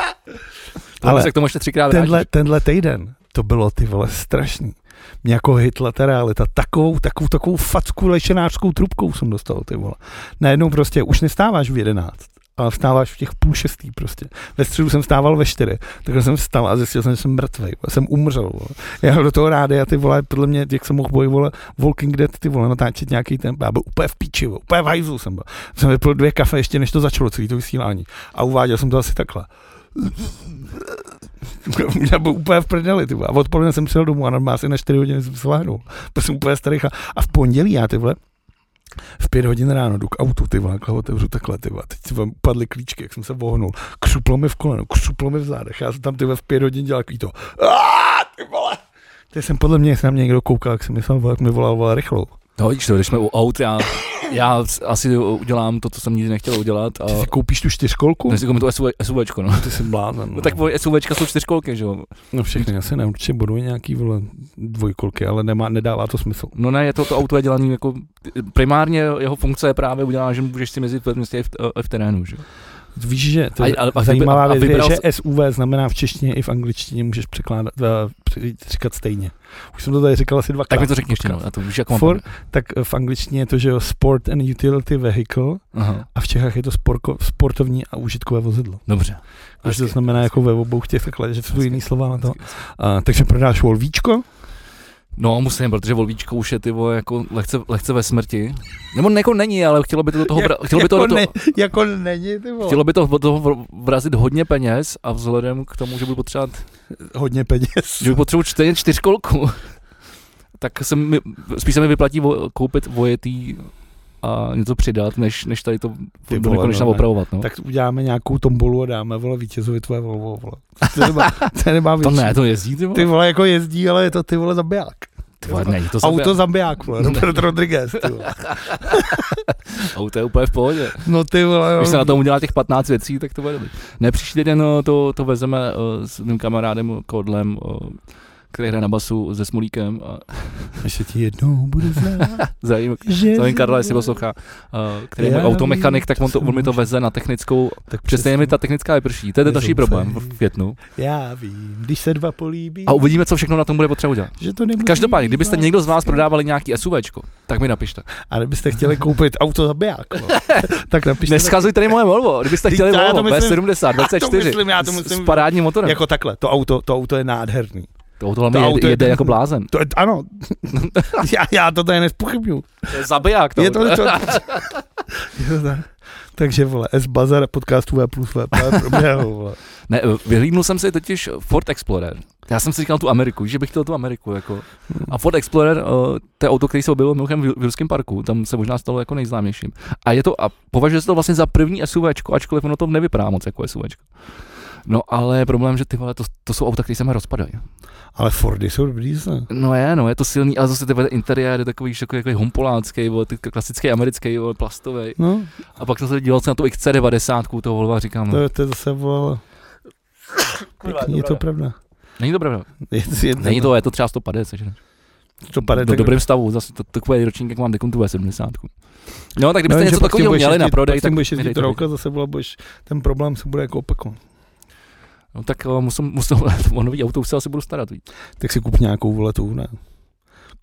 Ale
Ale se k tomu ještě třikrát
tenhle,
vrátíš.
tenhle týden, to bylo ty vole strašný. Mě jako hitla ta realita, takovou, takovou, takovou facku lešenářskou trubkou jsem dostal, ty vole. Najednou prostě už nestáváš v jedenáct, ale vstáváš v těch půl šestý prostě. Ve středu jsem vstával ve čtyři, takhle jsem vstal a zjistil jsem, že jsem mrtvý, vole, jsem umřel. Vole. Já do toho rád, já ty vole, podle mě, jak jsem mohl boj, vole, Walking Dead, ty vole, natáčet nějaký ten, já byl úplně v píči, vole, úplně v hajzlu jsem byl. Jsem vypil dvě kafe ještě, než to začalo celý to vysílání. A uváděl jsem to asi takhle. Já byl úplně v prdeli, ty vole. A odpoledne jsem přijel domů a normálně asi na 4 hodiny jsem se láhnul. To jsem úplně starý chlap. A v pondělí já, ty vole, v pět hodin ráno jdu k autu, ty vole, takhle otevřu takhle, ty vole. Teď ty vole, padly klíčky, jak jsem se vohnul. Křuplo mi v kolenu, křuplo mi v zádech. Já jsem tam, ty vole, v pět hodin dělal takový to. "Aaah, ty vole. Teď jsem podle mě, jestli na mě někdo koukal, jak jsem myslel, vole, jak mi volal, vole, rychlou.
No, vidíš to, když jsme u aut, já, já asi udělám to, co jsem nikdy nechtěl udělat. A...
Ty si koupíš tu čtyřkolku?
Než si koupím to SUV, SUVčko, no.
Ty jsi blázen.
No tak vole, SUVčka jsou čtyřkolky, že jo?
no všechny asi ne, určitě budou nějaký vole dvojkolky, ale nemá, nedává to smysl.
No ne, je to, to auto je dělaný jako, primárně jeho funkce je právě udělaná, že můžeš si mezi ve městě i v, i v terénu, že jo?
Víš, že to
A-
je
ale- a
zajímavá
vybra- a
věc je,
vybral
že SUV znamená v češtině i v angličtině můžeš překládat, eh, při- říkat stejně. Už jsem to tady říkal asi dvakrát.
Tak mi to řekni ještě, no, já to už jako mám.
For-
paměť.
Tak eh, v angličtině je to, že jo, sport and utility vehicle
Aha,
a v Čechách je to sporko, sportovní a užitkové vozidlo.
dobře.
Takže to
Hezky,
znamená
hezky,
jako ve obou těch takhle, že jsou
hezky,
jiný slova na to.
hezky, hezky.
A, takže prodáš volvíčko,
No musím, protože Volvíčko už je ty vole, jako lehce, lehce ve smrti. Nebo jako není, ale chtělo by to do toho, vra- chtělo by to,
jako,
do toho,
ne, jako není, ty vole.
chtělo by to do toho vr- vrazit hodně peněz a vzhledem k tomu, že budu potřebovat
Hodně peněz.
že bych potřebuji čtyř, čtyřkolku, tak se mi, spíš se mi vyplatí vo, koupit vojetý a něco přidat, než, než tady to
Ty
do
vole,
nekonečna
no, ne.
opravovat. No.
Tak uděláme nějakou tombolu a dáme, vole, vítězovi tvoje Volvo, vole. To nemá, to nemá
to
větší.
ne, to jezdí, ty,
Ty
ty,
vole jako jezdí, ale je to ty vole zabiják.
ty vole, není to auto,
Auto zabiják, vole, Robert Rodriguez, ty vole.
auto je úplně v pohodě.
No ty vole,
Když se
jo.
na tom udělá těch 15 věcí, tak to bude dobrý. Ne, příští týden no, to, to vezeme uh, s mým kamarádem Kodlem, uh, který hraje na basu se Smolíkem a
Ještě ti jednou budu znát,
zajím,
že...
Zdravím Karla, jestli poslouchá, uh, který je
Já
můj automechanik, tak on, to,
vím,
on mi to veze na technickou
Tak
Přesně mi ta technická vyprší. To je ten další
Nezoufej.
problém v květnu.
Já vím, když se dva políbí,
A uvidíme, co všechno na tom bude potřeba udělat.
že to nemusí
Každopádně,
být
kdybyste
láska.
někdo z vás prodávali nějaký SUVčko, tak mi napište.
A kdybyste chtěli koupit auto zabiják, vole, tak napište...
Neskazuj tady moje Volvo, kdybyste
Ty,
chtěli
já to
Volvo
myslím-
B70,
Já to
24,
myslím, já to
s-
myslím-
s parádním motorem.
Jako takhle, to auto, to auto je nádherný.
To auto
to
hlavně
auto
jede,
je-
jede jako blázen.
To je, ano, já, já to tady nespochybnuju.
To je zabiják. To
Je to,
auto.
to, je to tak. Takže vole, S-Bazar podcastu V plus V, proběhl, vole.
Ne, eh, vyhlídnul jsem si totiž eh, Ford Explorer. Já jsem si říkal tu Ameriku, že bych chtěl tu Ameriku. Jako. A Ford Explorer, eh, to je auto, který se objevilo mimochodem v Jur- v Jurském parku, tam se možná stalo jako nejznámějším. A je to, a považuje se to vlastně za první SUVčko, ačkoliv ono to nevypadá moc jako SUVčko. No ale problém, že ty vole, to, to jsou auta, které se mi rozpadají.
Ale Fordy jsou dobrý, ne?
No je, no, je to silný, ale zase ty vole, interiér je takový, takový, takový humpolácký, vole, ty klasický americký, vole, plastový.
No,
A pak jsem se díval se na tu XC90, toho Volvo a říkám,
to,
no,
je- to je zase vole.
Kurva,
Pěkný, je to
dobrá.
pravda.
není to pravda.
Je, je,
Není to, je to třeba 150, že ne?
to pade,
Do
tak,
dobrém stavu, zase to, takový ročník, jak mám dekontu 70. No, tak
No,
kdybyste
jenže
něco
pak s tím
takového
budeš
měli na
jezdit- pak
prodej,
s tím
tak
budeš
mi
jezdit
dejte
roka, zase vole, budeš, ten problém se bude jako opakovat.
No tak uh, musím, musím, o nový auto už se asi budu starat. Víc.
Tak si kup nějakou vole tu, ne?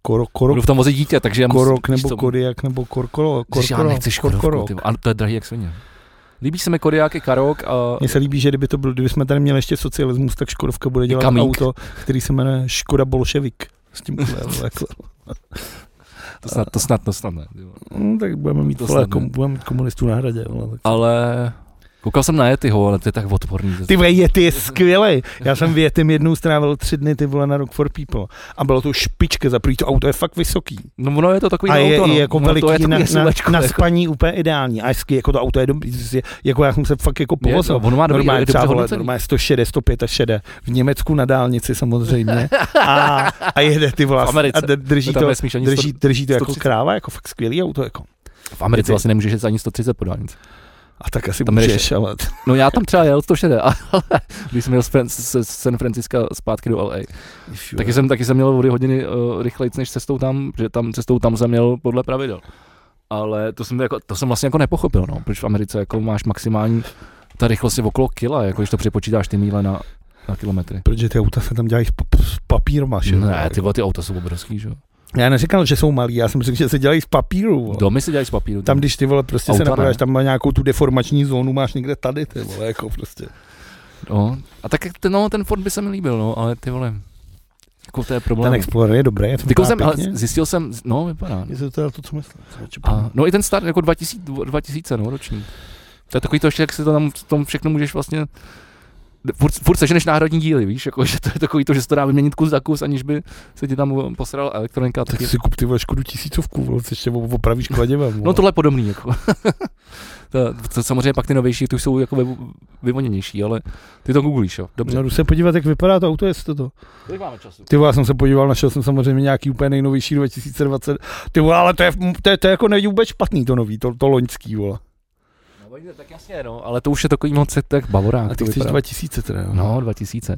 Koro, koro,
Budu v tom vozit dítě, takže já musím...
korok
víš
nebo
co,
kodiak nebo korkoro.
Korkoro, já
korkoro,
nechci
korkoro.
Škodovku, ty vole, ale to je drahý jak svině. Líbí se mi Kodiak i Karok a
Mně se líbí, že kdyby to byl, kdyby jsme tady měli ještě socialismus, tak Škodovka bude dělat
Kamík.
auto, který se jmenuje Škoda Bolševik. S tím vole, vole, jako,
to snad, to snad, to snad ne. ty vole.
no, tak budeme mít,
To
vole,
snad ne.
kom, budeme mít komunistů na hradě. Vole, tak.
Ale koukal jsem na Yetiho, ale to je tak odporný.
Ty vole, je ty je skvělej. Já jsem v Jetim jednou strávil tři dny ty vole na Rock for People. A bylo to špička za prý, to auto je fakt vysoký.
No ono je to takový
a je,
auto, no.
je jako
Ono
veliký
to je
na,
takový
na,
SUVčko,
na
jako.
spaní úplně ideální. A hezky, jako to auto je dobrý, je- jako já jsem se fakt jako
Je,
povozil.
no, ono má
normálně
dobrý, normálně,
třeba
dobře
vole,
hodnocený.
normálně 160, 105 a šede. V Německu na dálnici samozřejmě. A, a jede ty vole.
V Americe.
A dr- drží
To tam
to,
nesmíš ani
drží, drží to jako
130.
kráva, jako fakt skvělý auto. Jako.
V Americe vlastně nemůžeš jet ani 130 po dálnici.
A tak asi
Tam
můžeš,
jedeš-
ale
No já tam třeba jel 160, ale když jsem jel z Fran- z z San Francisca zpátky do LA, taky jsem, taky jsem měl vody hodiny uh, rychlejc než cestou tam, že tam cestou tam jsem měl podle pravidel. Ale to jsem, jako, to jsem vlastně jako nepochopil, no, proč v Americe jako máš maximální, ta rychlost je okolo kila, jako když to přepočítáš ty míle na, na kilometry.
Protože ty auta se tam dělají z pap- z papírma, že? jo?
Ne, ty vole, ty auta jsou obrovský, že jo.
Já neříkal, že jsou malí, já jsem řekl, že se dělají z papíru. Vole.
Domy se dělají z papíru.
Tam, když ty vole prostě se
Auta ne.
napodáš, tam má nějakou tu deformační zónu, máš někde tady, ty vole, jako prostě.
No, a tak jak ten, no, ten Ford by se mi líbil, no, ale ty vole, jako to je
Ten
problém.
Explorer je dobrý, je to
Ty
vypadá
jsem, ale
pěkně.
zjistil jsem, no, vypadá.
Jestli to je to, co myslím. co je
A, no i ten start jako 2000, dvo- 2000 no, roční. To je takový to, ještě, jak se to tam v tom všechno můžeš vlastně furt, furt seženeš náhradní díly, víš, jako, že to je takový to, že se to dá vyměnit kus za kus, aniž by se ti tam posrala elektronika. a
Tak
taky.
si kup ty vole škodu tisícovku, vole, co ještě opravíš kladivem.
No tohle je podobný, jako. to, to, samozřejmě pak ty novější, ty už jsou jako vy- vyvoněnější, ale ty to googlíš, jo, dobře.
No jdu se podívat, jak vypadá to auto, jestli to to.
Kolik máme času?
Ty vole, já jsem se podíval, našel jsem samozřejmě nějaký úplně nejnovější 2020. Ty vole, ale to je, to je, to je jako není vůbec špatný to nový, to, to loňský, vole.
No, vidíte, tak jasně, no, ale to už je takový moc tak bavorák.
A ty
to
chceš
vypadá.
2000 teda, jo?
No, 2000.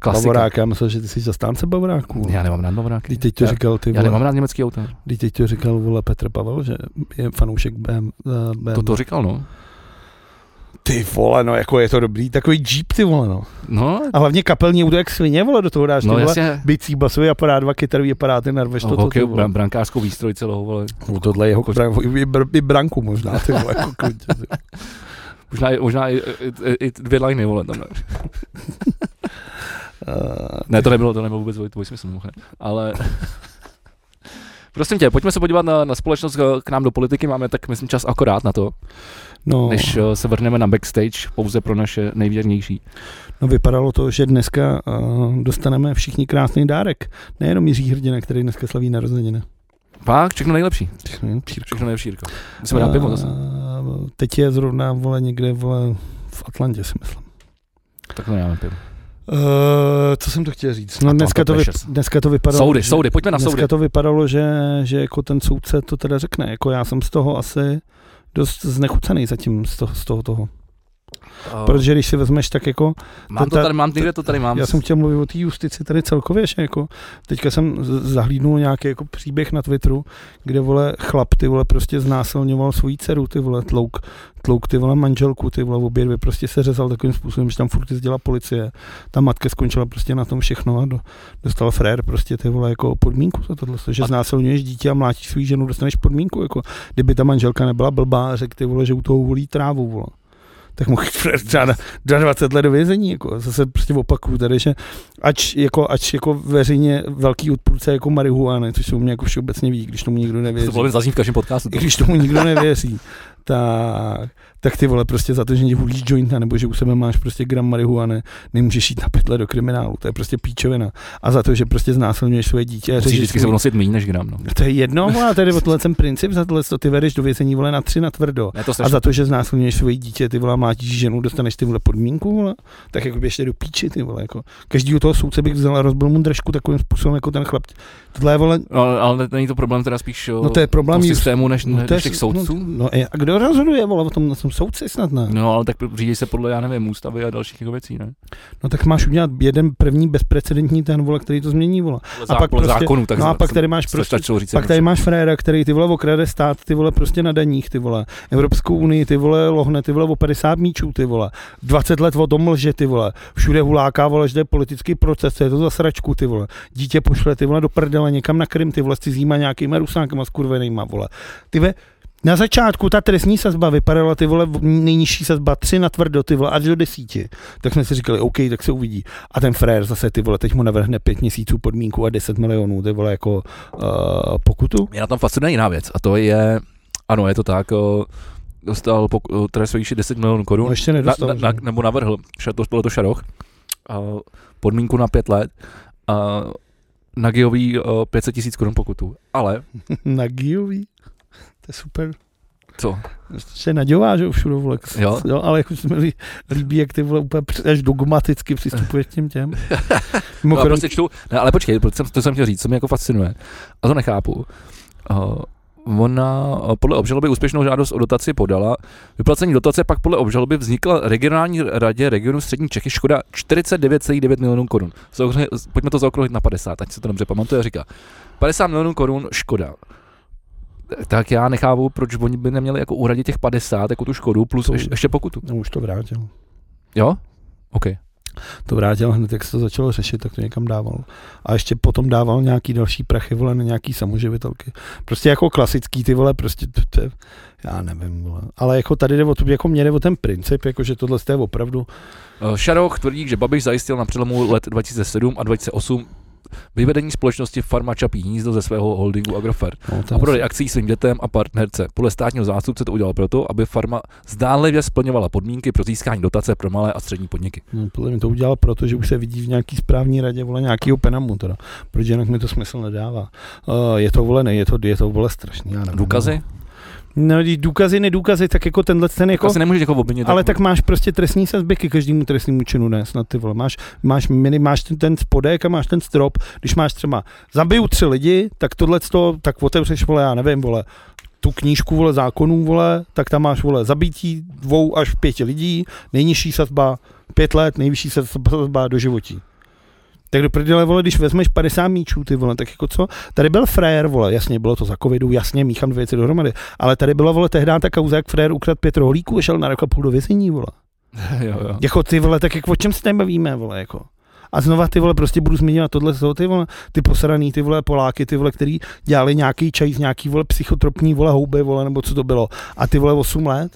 Klasika.
Bavorák, já myslel, že ty jsi zastánce Bavoráku.
Já nemám rád bavoráky.
Když teď to
já,
říkal ty
já nemám
vole,
rád německý auta.
když teď to říkal vole Petr Pavel, že je fanoušek BM, eh, BM.
To to říkal, no.
Ty vole, no jako je to dobrý, takový Jeep ty vole, no.
No,
A hlavně kapelní auto, jak svině vole do toho dáš, ty
no
vole.
jasně.
bicí basový aparát, dva kytarový aparáty, narveš
No,
to, to,
hokej, Jako-
to, vole.
bran, brankářskou výstroj celou, vole.
No, tohle je jeho bran- i, br- i, branku možná, ty vole, jako klidně, ty vole.
Možná, i- možná i, i, i, dvě liny, vole, tam. Ne,
Eh,
ne to nebylo, to nebylo vůbec tvůj, tvůj smysl, mimochodem. Ale... Prosím tě, pojďme se podívat na, na společnost eh, k nám do politiky. Máme tak, myslím, čas akorát na to,
No,
než eh, se vrhneme na backstage, pouze pro naše nejvěrnější.
no, vypadalo to, že dneska eh, dostaneme všichni krásný dárek. Nejenom Jiří Hrdina, který dneska slaví narozeniny. Hm,
Pak všechno nejlepší.
Všechno, Čírko.
Všechno nejlepší, Jirko. Musíme dát pivo zase.
Eh, Teď je zrovna, vole, někde, vole, v Atlantě si myslím. Eh,
Tak to nedáme pivo.
Uh, co jsem to chtěl říct? No,
Atlanta
dneska to, vyp-
Precious.
dneska to vypadalo...
Soudy,
že-
soudy, pojďme na soudy.
Dneska to vypadalo, že, že jako ten soudce to teda řekne. Jako já jsem z toho asi dost znechucený zatím z toho, z toho, toho.
Eh,
Protože když si vezmeš tak jako,
Mám to
ta-
tady, mám někde to tady mám.
já jsem chtěl mluvit o té justici tady celkově, že jako teďka jsem z- zahlídnul nějaký jako příběh na Twitteru, kde vole chlap ty vole prostě znásilňoval svoji dceru, ty vole tlouk, tlouk ty vole manželku, ty vole obě dvě prostě se řezal takovým způsobem, že tam furt jezdila policie, ta matka skončila prostě na tom všechno a do, dostal frér prostě ty vole jako podmínku za tohle, že
A-
znásilňuješ dítě a mlátíš svou ženu, dostaneš podmínku, jako kdyby ta manželka nebyla blbá, a řekl ty vole, že u toho volí trávu, vole tak mohl jít frér třeba na, na 20 let do vězení, jako zase prostě opakuju tady, že ač jako, ač jako veřejně velký odpůrce jako marihuany, což se u mě jako všeobecně ví, když tomu nikdo
To
nevěří.
bylo zazní v každém podcastu.
I když tomu nikdo nevěří, tak, tak ty vole prostě za to, že hulíš jointa nebo že u sebe máš prostě gram marihuany, nemůžeš jít na pytle do kriminálu, to je prostě píčovina. A za to, že prostě znásilňuješ svoje dítě. a
Musíš
řešíš
vždycky
svůj-
se nosit méně než gram, no.
to je jedno, vole, a tady o tohle ten princip, za tohle to ty vedeš do vězení vole na tři na tvrdo.
Ne, to
A
strašně.
za to, že znásilňuješ svoje dítě, ty vole, mátíš ženu, dostaneš ty vole podmínku, vole, tak jako běžte do píči, ty vole, jako. Každýho toho soudce bych vzal a rozbil mu držku takovým způsobem, jako ten chlap. Tohle je, vole,
No, ale- ale není to problém teda spíš
no to je problém. just-
systému než,
no,
než
to je-
těch soudců?
No, no, a kdo rozhoduje, vole, o tom, na tom soudci snad ne?
No, ale tak řídí se podle, já nevím, ústavy a dalších jako věcí, ne?
No tak máš udělat jeden první bezprecedentní ten, vole, který to změní, vole.
Podle zá-
pak
podle
prostě-
zákonů, tak
No a
se-
pak
se-
tady máš
se
prostě
stačilo říct,
Pak tady máš frajera, který ty vole okrade stát, ty vole prostě na daních, ty vole. Evropskou unii, ty vole lohne, ty vole o 50 míčů, ty vole. 20 let o tom lže, ty vole. Všude huláká, vole, že to je politický proces, co je to za sračku, ty vole. Dítě pošle, ty vole, do prdele někam na Krym, ty vole, s cizíma nějakýma rusánkama skurvenýma, vole. Ty ve, na začátku ta trestní sazba vypadala ty vole nejnižší sazba 3 na tvrdo ty vole až do desíti. Tak jsme si říkali, OK, tak se uvidí. A ten frér zase ty vole, teď mu navrhne pět měsíců podmínku a 10 milionů ty vole jako uh, pokutu.
Mě na tam fascinuje jiná věc a to je, ano, je to tak, o, dostal pok- o, trest ve výši 10 milionů korun,
No ještě
na,
nedostal.
na,
že?
na, nebo navrhl, ša- to, tohle to Šaroch, a podmínku na pět let, a na Geový 500 tisíc korun pokutu. Ale,
na Giovi. To je super.
co?
Se nadělá, že jo, všude vole. K-
Jo.
jo. ale jako se mi lí- líbí, jak ty vole úplně při- až dogmaticky přistupuješ k těm těm.
No,
Mimochodem,
prostě čtu, ne, ale počkej, to jsem, to jsem chtěl říct, co mě jako fascinuje. A to nechápu. Uh, ona eh, podle obžaloby úspěšnou žádost o dotaci podala. Vyplacení dotace pak podle obžaloby vznikla regionální radě regionu střední Čechy škoda 49,9 milionů korun. Zaokře, pojďme to zaokrouhlit na 50, ať se to dobře pamatuje, říká. 50 milionů korun škoda. Eh, Tak já nechápu, proč oni by neměli jako uhradit těch 50, jako tu škodu, plus
To-
ještě, ještě pokutu.
no, už to vrátil.
Jo? OK.
To vrátil hned, jak se to začalo řešit, tak to někam dával. A ještě potom dával nějaký další prachy, vole, na nějaký samoživitelky. Prostě jako klasický ty vole, prostě to, to je- já nevím, vole. Ale jako tady jde o to, jako mě jde o ten princip, jako že tohle je opravdu
Eh, Šaroch tvrdí, že Babiš zajistil na přelomu let 2007 a 2008 vyvedení společnosti Farma Čapí hnízdo ze svého holdingu Agrofert
no, to
a
je-
prodej akcí svým dětem a partnerce. Podle státního zástupce to udělal proto, aby farma zdánlivě splňovala podmínky pro získání dotace pro malé a střední podniky.
No, podle mě to udělal proto, že už se vidí v nějaký správní radě, vole, nějakýho penamu teda, protože jinak mi to smysl nedává. Uh, je to, vole, ne, je to, je to, vole, strašný, já nevím.
Důkazy?
No, když důkazy, nedůkazy, tak jako tenhle ten jako...
Důkazy nemůžeš jako obvinit.
Ale tak máš prostě trestní sazby ke každému trestnímu činu, ne, snad ty vole. Máš, máš, mini, máš ten, ten spodek a máš ten strop. Když máš třeba zabiju tři lidi, tak tohle tak otevřeš, vole, já nevím, vole, tu knížku, vole, zákonů, vole, tak tam máš, vole, zabití dvou až pěti lidí, nejnižší sazba pět let, nejvyšší sazba sazba do životí. Tak do prdele, vole, když vezmeš 50 míčů, ty vole, tak jako co? Tady byl frajer, vole, jasně, bylo to za covidu, jasně, míchám dvě věci dohromady, ale tady byla, vole, tehdy ta kauza, jak frajer ukradl pět rohlíků a šel na rok a půl do vězení, vole.
jo, jo.
Jako ty vole, tak jak o čem se tady bavíme, vole, jako. A znova ty vole, prostě budu zmiňovat tohle, jsou ty vole, ty posraný, ty vole Poláky, ty vole, který dělali nějaký čaj z nějaký vole psychotropní vole houby, vole, nebo co to bylo. A ty vole 8 let.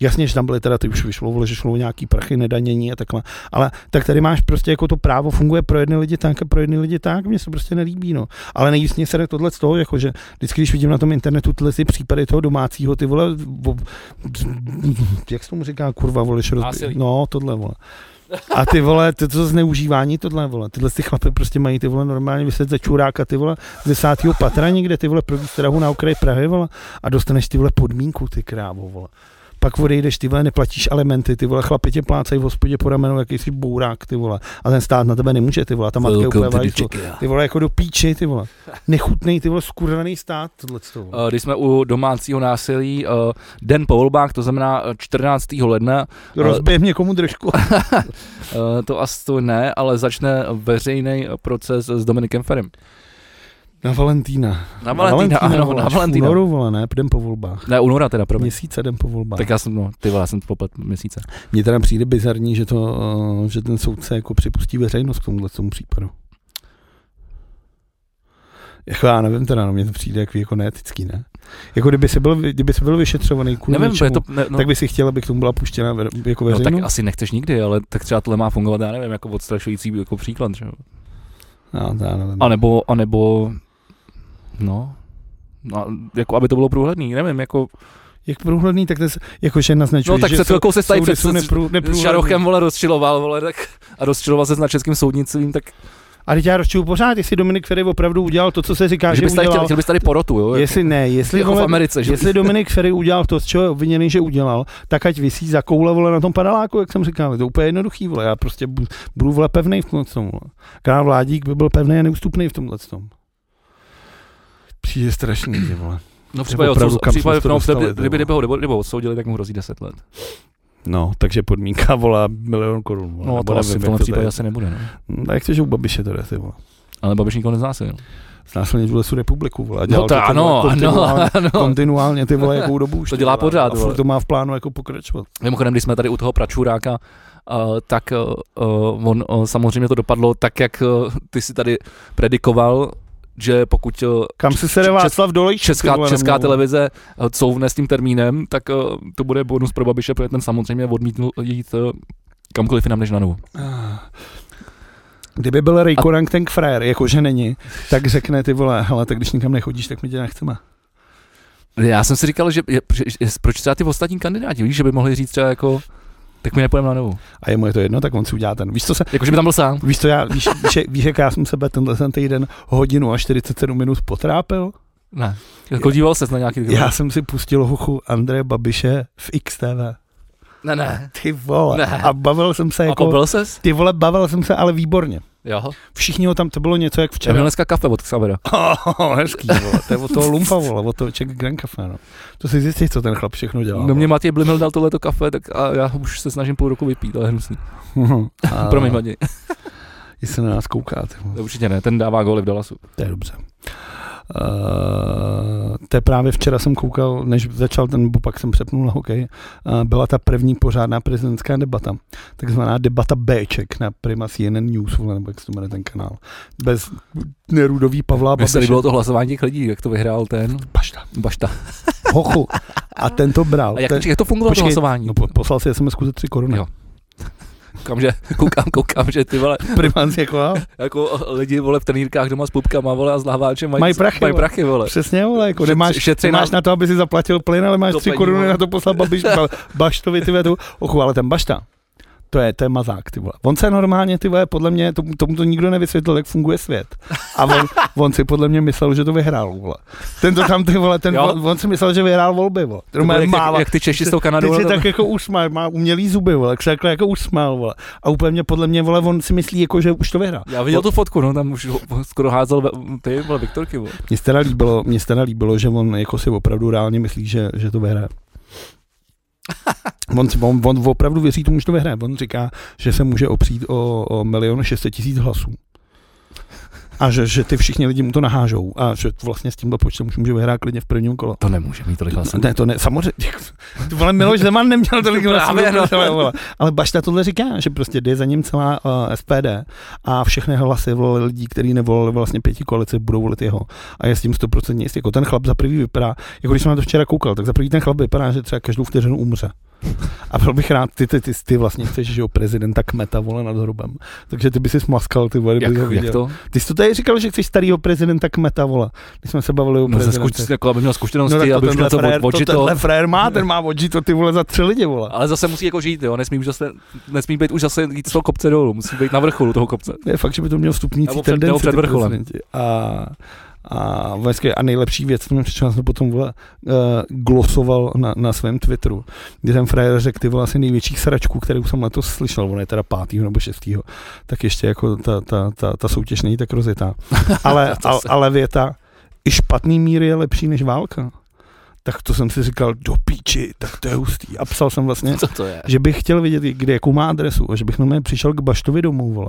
Jasně, že tam byly teda, ty už vyšlo, vole, že šlo o nějaký prachy, nedanění a takhle. Ale tak tady máš prostě jako to právo funguje pro jedny lidi tak a pro jedny lidi tak, mně se prostě nelíbí, no. Ale nejvíc mě sere tohle z toho, jako že vždycky, když vidím na tom internetu tyhle ty případy toho domácího, ty vole, vo- jak se tomu říká, kurva, vole, že rozbi-
Násilí.
no, tohle, vole. A ty vole, to, to zneužívání tohle, vole, tyhle ty chlapy prostě mají ty vole normálně vyset za čuráka, ty vole, z desátého patra někde, ty vole, pro výstrahu na okraji Prahy, vole, a dostaneš ty vole podmínku, ty krávo, vole. Pak odejdeš, ty vole, neplatíš alimenty, ty vole, chlapi tě plácají v hospodě po ramenu, jaký jsi bourák, ty vole. A ten stát na tebe nemůže, ty vole, a ta matka je úplně
Welcome to the
vajzl.
Czechia.
Ty vole, jako do píči, ty vole. Nechutnej, ty vole, skurvený stát, tohle to.
Eh, Když jsme u domácího násilí, eh, den po volbách, to znamená eh, 14. ledna,
Rozbijem někomu držku.
eh, to asi to ne, ale začne veřejný proces s Dominikem Ferim.
Na Valentína.
Na Valentína, ano,
vole,
na
až v
Valentína.
únoru, vole, ne, jdem po volbách.
Ne, února teda, pro mě.
Měsíce jdem po volbách.
Tak já jsem, no, ty vole, já jsem to poplet měsíce.
Mně teda přijde bizarní, že, to, eh, že ten soudce jako připustí veřejnost k tomuhle tomu případu. Jako já nevím teda, no mně to přijde jako, jako neetický, ne? Jako kdyby se byl, vy- kdyby se byl vyšetřovaný kvůli
Nevím,
něčemu,
je to, ne, no,
tak by si chtěl, aby k tomu byla puštěna ve, jako
no, tak
veřejnost?
asi nechceš nikdy, ale tak třeba tohle má fungovat, já nevím, jako odstrašující jako příklad, že jo.
No, to já nevím.
A nebo, a nebo, no, no, jako aby to bylo průhledný, nevím, jako,
Jak průhledný, tak to se, jakože naznačuje,
No tak
že
před
jsou-
chvilkou se tady
soudy
před,
jsou
s,
neprů,
s
neprůhledný.
Šarochem, vole, rozčiloval, vole, tak, a rozčiloval se s na českým soudnictvím, tak
Ale teď já rozčuju pořád, jestli Dominik Ferry opravdu udělal to, co se říká,
že
že
bys tady chtěl,
udělal.
chtěl bys tady porotu, jo? Jestli,
Jestli ne, jestli,
jako v
vole,
Americe, že?
jestli Dominik Ferry udělal to, z čeho je obviněný, že udělal, tak ať vysí za koule vole na tom paneláku, jak jsem říkal. Je to úplně jednoduchý, vole. Já prostě bu- budu vole pevnej v tomhle tom. vole. Král Vládík by byl pevný a neústupný v tomhle tom. Přijde strašný, ty vole.
No, v případě,
opravdu,
odsou- v
kam jsme
případě,
to
no,
dostali,
kdyby,
ty
kdyby,
vole.
kdyby, ho, kdyby, ho odsoudili, tak mu hrozí 10 let.
No, takže podmínka volá milion korun. Vole.
No,
Nebo
to asi
nevím,
v
jak
tomhle
to
případě
tady-
asi nebude, no.
Hm, Tak jak chceš, že u Babiše to jde, ty vole.
Ale Babiš nikoho neznásil.
Znásilnit vole tu republiku, vole. a dělal
No to
ty
ano,
vole,
ano,
kontinuálně.
ano.
kontinuálně ty vole jakou dobu už.
To dělá
ty vole,
pořád,
A
vole.
furt to má v plánu jako pokračovat.
Mimochodem, když jsme tady u toho pračuráka, Uh, tak uh, uh, on uh, samozřejmě to dopadlo tak, jak uh, ty si tady predikoval, že pokud uh,
Kam si sere
Čes-
Václav Dolejš? ty
Česká,
vole,
česká
nemluvil.
televize eh, couvne s tím termínem, tak eh, to bude bonus pro Babiše, protože ten samozřejmě odmítnul jít eh, kamkoliv jinam než na novo.
Kdyby byl Rejkorang ten frajer, jakože není, tak řekne ty vole, hele, tak když nikam nechodíš, tak my tě nechceme.
Já jsem si říkal, že, je- že- že proč třeba ty ostatní kandidáti, víš, že by mohli říct třeba jako, tak mi nepůjdeme na novo.
A jemu je to jedno, tak on si udělá ten. Víš, co se,
Jako, že by tam byl sám.
víš, co já, víš, víš, víš, jak já jsem sebe tenhle ten týden hodinu a 47 minut potrápil?
Ne. Jako díval ses na nějaký...
Já jsem si pustil hochu Andreje Babiše v XTV.
Ne, ne.
Ty vole.
Ne.
A bavil jsem se
A
jako...
pobil ses?
Ty vole, bavil jsem se, ale výborně.
Jo.
Všichni ho tam, to bylo něco jak
Já měl
včera.
dneska kafe od Xavera.
Oh, hezký, vole. to je od toho lumpa, vole, od toho Czech Grand Café, no. To si zjistíš, co ten chlap všechno dělá.
No mě Matěj Blimel dal tohleto kafe, tak a já už se snažím půl roku vypít, ale hnusný.
vole. A-
Promiň, Matěj.
Jestli na nás kouká, ty vole.
Určitě ne, ten dává góly v Dallasu.
To je dobře. Uh, to je právě včera jsem koukal, než začal ten bupak, jsem přepnul na hokej, uh, byla ta první pořádná prezidentská debata, takzvaná debata Bček na Prima CNN News, vole, nebo jak se to jmenuje ten kanál, bez nerudový Pavla
Mně se
Babiše.
líbilo to hlasování těch lidí, jak to vyhrál ten
Bašta.
Bašta.
Hochu. A ten to bral.
A jak,
Ten-
jak to fungovalo to
počkej,
hlasování?
No, po- poslal si sms za tři koruny.
Jo. Koukám, že, koukám, koukám, že ty vole,
Primán si jako, a,
jako lidi vole v trenýrkách doma s pupkama vole a s lahváčem mají,
Mají prachy,
mají
vole.
prachy vole.
přesně, ale jako
Šetři-
nemáš,
šetři
nemáš
nám-
na to, aby si zaplatil plyn, ale máš
To
tři
pení,
koruny
vole.
na to poslal babiš, ba- baštovi, ty vole, tu, ochu, ale ten bašta, to je, to je mazák, ty vole. On se normálně, ty vole, podle mě, tomu, tomu to nikdo nevysvětlil, jak funguje svět. A on, on si podle mě myslel, že to vyhrál, vole. Ten to tam, ty vole, ten,
Jo.
on, on si myslel, že vyhrál volby, vole.
To bylo
Normálně
jak,
mává,
jak, jak, ty Češi s tou Kanadou.
Teď
vole,
se
tam-
tak jako usmál, má umělý zuby, vole, tak se takhle jako usmál, vole. A úplně podle mě, vole, on si myslí, jako, že už to vyhrál.
Já viděl tu fotku, no tam už ho- skoro házel ve, ty vole Viktorky vole.
Mně se teda líbilo, mně se teda líbilo, že on jako si opravdu reálně myslí, že, že to vyhraje. On, si- on, on opravdu věří tomu, že to vyhraje. On říká, že se může opřít o, o milion 600 tisíc hlasů. A že, že ty všichni lidi mu to nahážou. A že vlastně s tímhle počtem už může vyhrát klidně v prvním kole.
To nemůže mít tolik hlasů.
Ne, to ne, samozřejmě. Ty vole, Miloš Zeman neměl tolik hlasů.
Právě, no.
ale, vole. ale Bašta tohle říká, že prostě jde za ním celá uh, SPD a všechny hlasy vole, lidí, kteří nevolili vlastně pěti koalice, budou volit jeho. A je s tím 100% jistý. Jako ten chlap za prvý vypadá, jako když jsem na to včera koukal, tak za prvý ten chlap vypadá, že třeba každou vteřinu umře. A byl bych rád, ty, ty, ty, ty vlastně chceš, že jo, prezidenta kmeta vole nad hrobem. Takže ty by si smaskal, ty vole,
Jak,
kdyby to
jak
viděl.
to?
Ty jsi to tady říkal, že chceš starého prezidenta kmeta vole, když jsme se bavili o
No, se
prezidentech.
zkuč, jako, aby měl
No tak
zkušenosti,
to
aby už
tenhle
měl to
frajer, to
odžito.
tenhle frajer má, ten má odžito ty vole za tři lidi, vole.
Ale zase musí jako žít, jo, nesmí, už zase, nesmí být už zase jít z toho kopce dolů, musí být na vrcholu toho kopce.
Je fakt, že by to měl vstupnící
Nebo před-
tendenci.
nebo před
ty
vrcholem.
prezidenti. A, a, vlastně, a nejlepší věc, to mě přišel, jsem to potom vole, uh, glosoval na, na, svém Twitteru, kdy ten frajer řekl ty vole asi největší sračku, kterou jsem letos slyšel, on je teda pátýho nebo šestýho, tak ještě jako ta, ta, ta, ta soutěž není tak rozjetá. Ale,
To
ale,
se-
ale věta, i špatný mír je lepší než válka. Tak to jsem si říkal, do píči, tak to je hustý. A psal jsem vlastně,
Co to je?
že bych chtěl vidět, kde, jakou má adresu, a že bych normálně přišel k Baštovi domů, vole.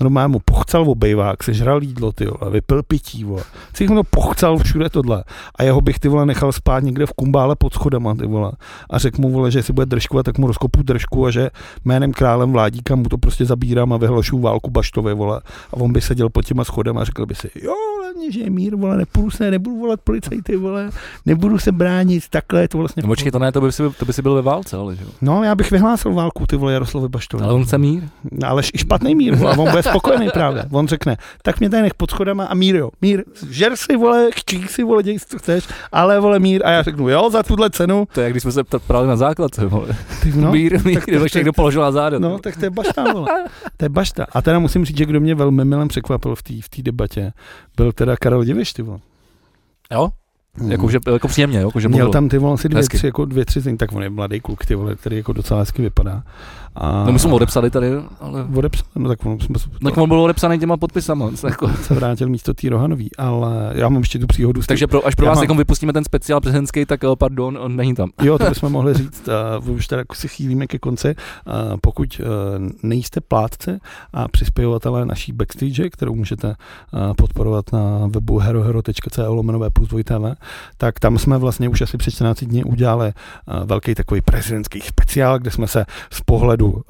Normálně mu pochcel obejvák, sežral jídlo, ty vole, vypil pití, vole. Si jich mu to pochcel všude tohle. A jeho bych, ty vole, nechal spát někde v kumbále pod schodama, ty vole. A řekl mu, vole, že si bude držkovat, tak mu rozkopu držku a že jménem králem vládíka mu to prostě zabírám a vyhlašu válku Baštovi, vole. A on by seděl pod těma schodem a řekl by si, jo, vole, mě, že je mír, vole, nepůjdu se, nebudu volat policajty, vole, nebudu se bránit, takhle je to vlastně.
No počkej, to ne, to by si, to by si byl ve válce, ale že jo.
No, já bych vyhlásil válku, ty vole, Jaroslavi Baštovi.
Ale on se mír.
No, ale i špatný mír, vole, a on bude spokojený právě. On řekne, tak mě tady nech pod schodama a mír, jo. Mír, žer si, vole, kčík si, vole, děj si, co chceš, ale, vole, mír. A já řeknu, jo, za tuhle cenu,
To je, jak když jsme se pta- prali na základce, vole.
ty,
No,
no,
mír, mír,
tak-
tak,
tak-
někdo položil na záda.
No, tak to je bašta, vole. To je bašta. A teda musím říct, že kdo mě velmi milem překvapil v té v té debatě, byl teda Karel Diviš, ty vole.
Jo, jako, že, jako příjemně, jo, jako, že
Mm. Měl
mluvil.
tam ty vole asi dvě,
Hezky.
tři, jako dvě, tři, zní- tak on je mladý kluk, ty vole, který jako docela hezky vypadá. A...
No my jsme mu odepsali tady, ale...
Odepsal, no tak on, jsme,
Tak on byl odepsaný těma podpisama. tak Jako.
se vrátil místo té Rohanový, ale já mám ještě tu příhodu. s
Takže pro, až pro
Já
vás
mám-
jako vypustíme ten speciál prezidentský, tak eh, pardon, on není tam.
Jo, to bychom mohli říct, uh, už teda jako se chýlíme ke konci. Uh, pokud uh, nejste plátce a přispěvatelé naší backstage, kterou můžete uh, podporovat na webu herohero.co lomenové plus dvojtavé, tak tam jsme vlastně už asi před 14 dní udělali uh, velký takový prezidentský speciál, kde jsme se z pohledu uh,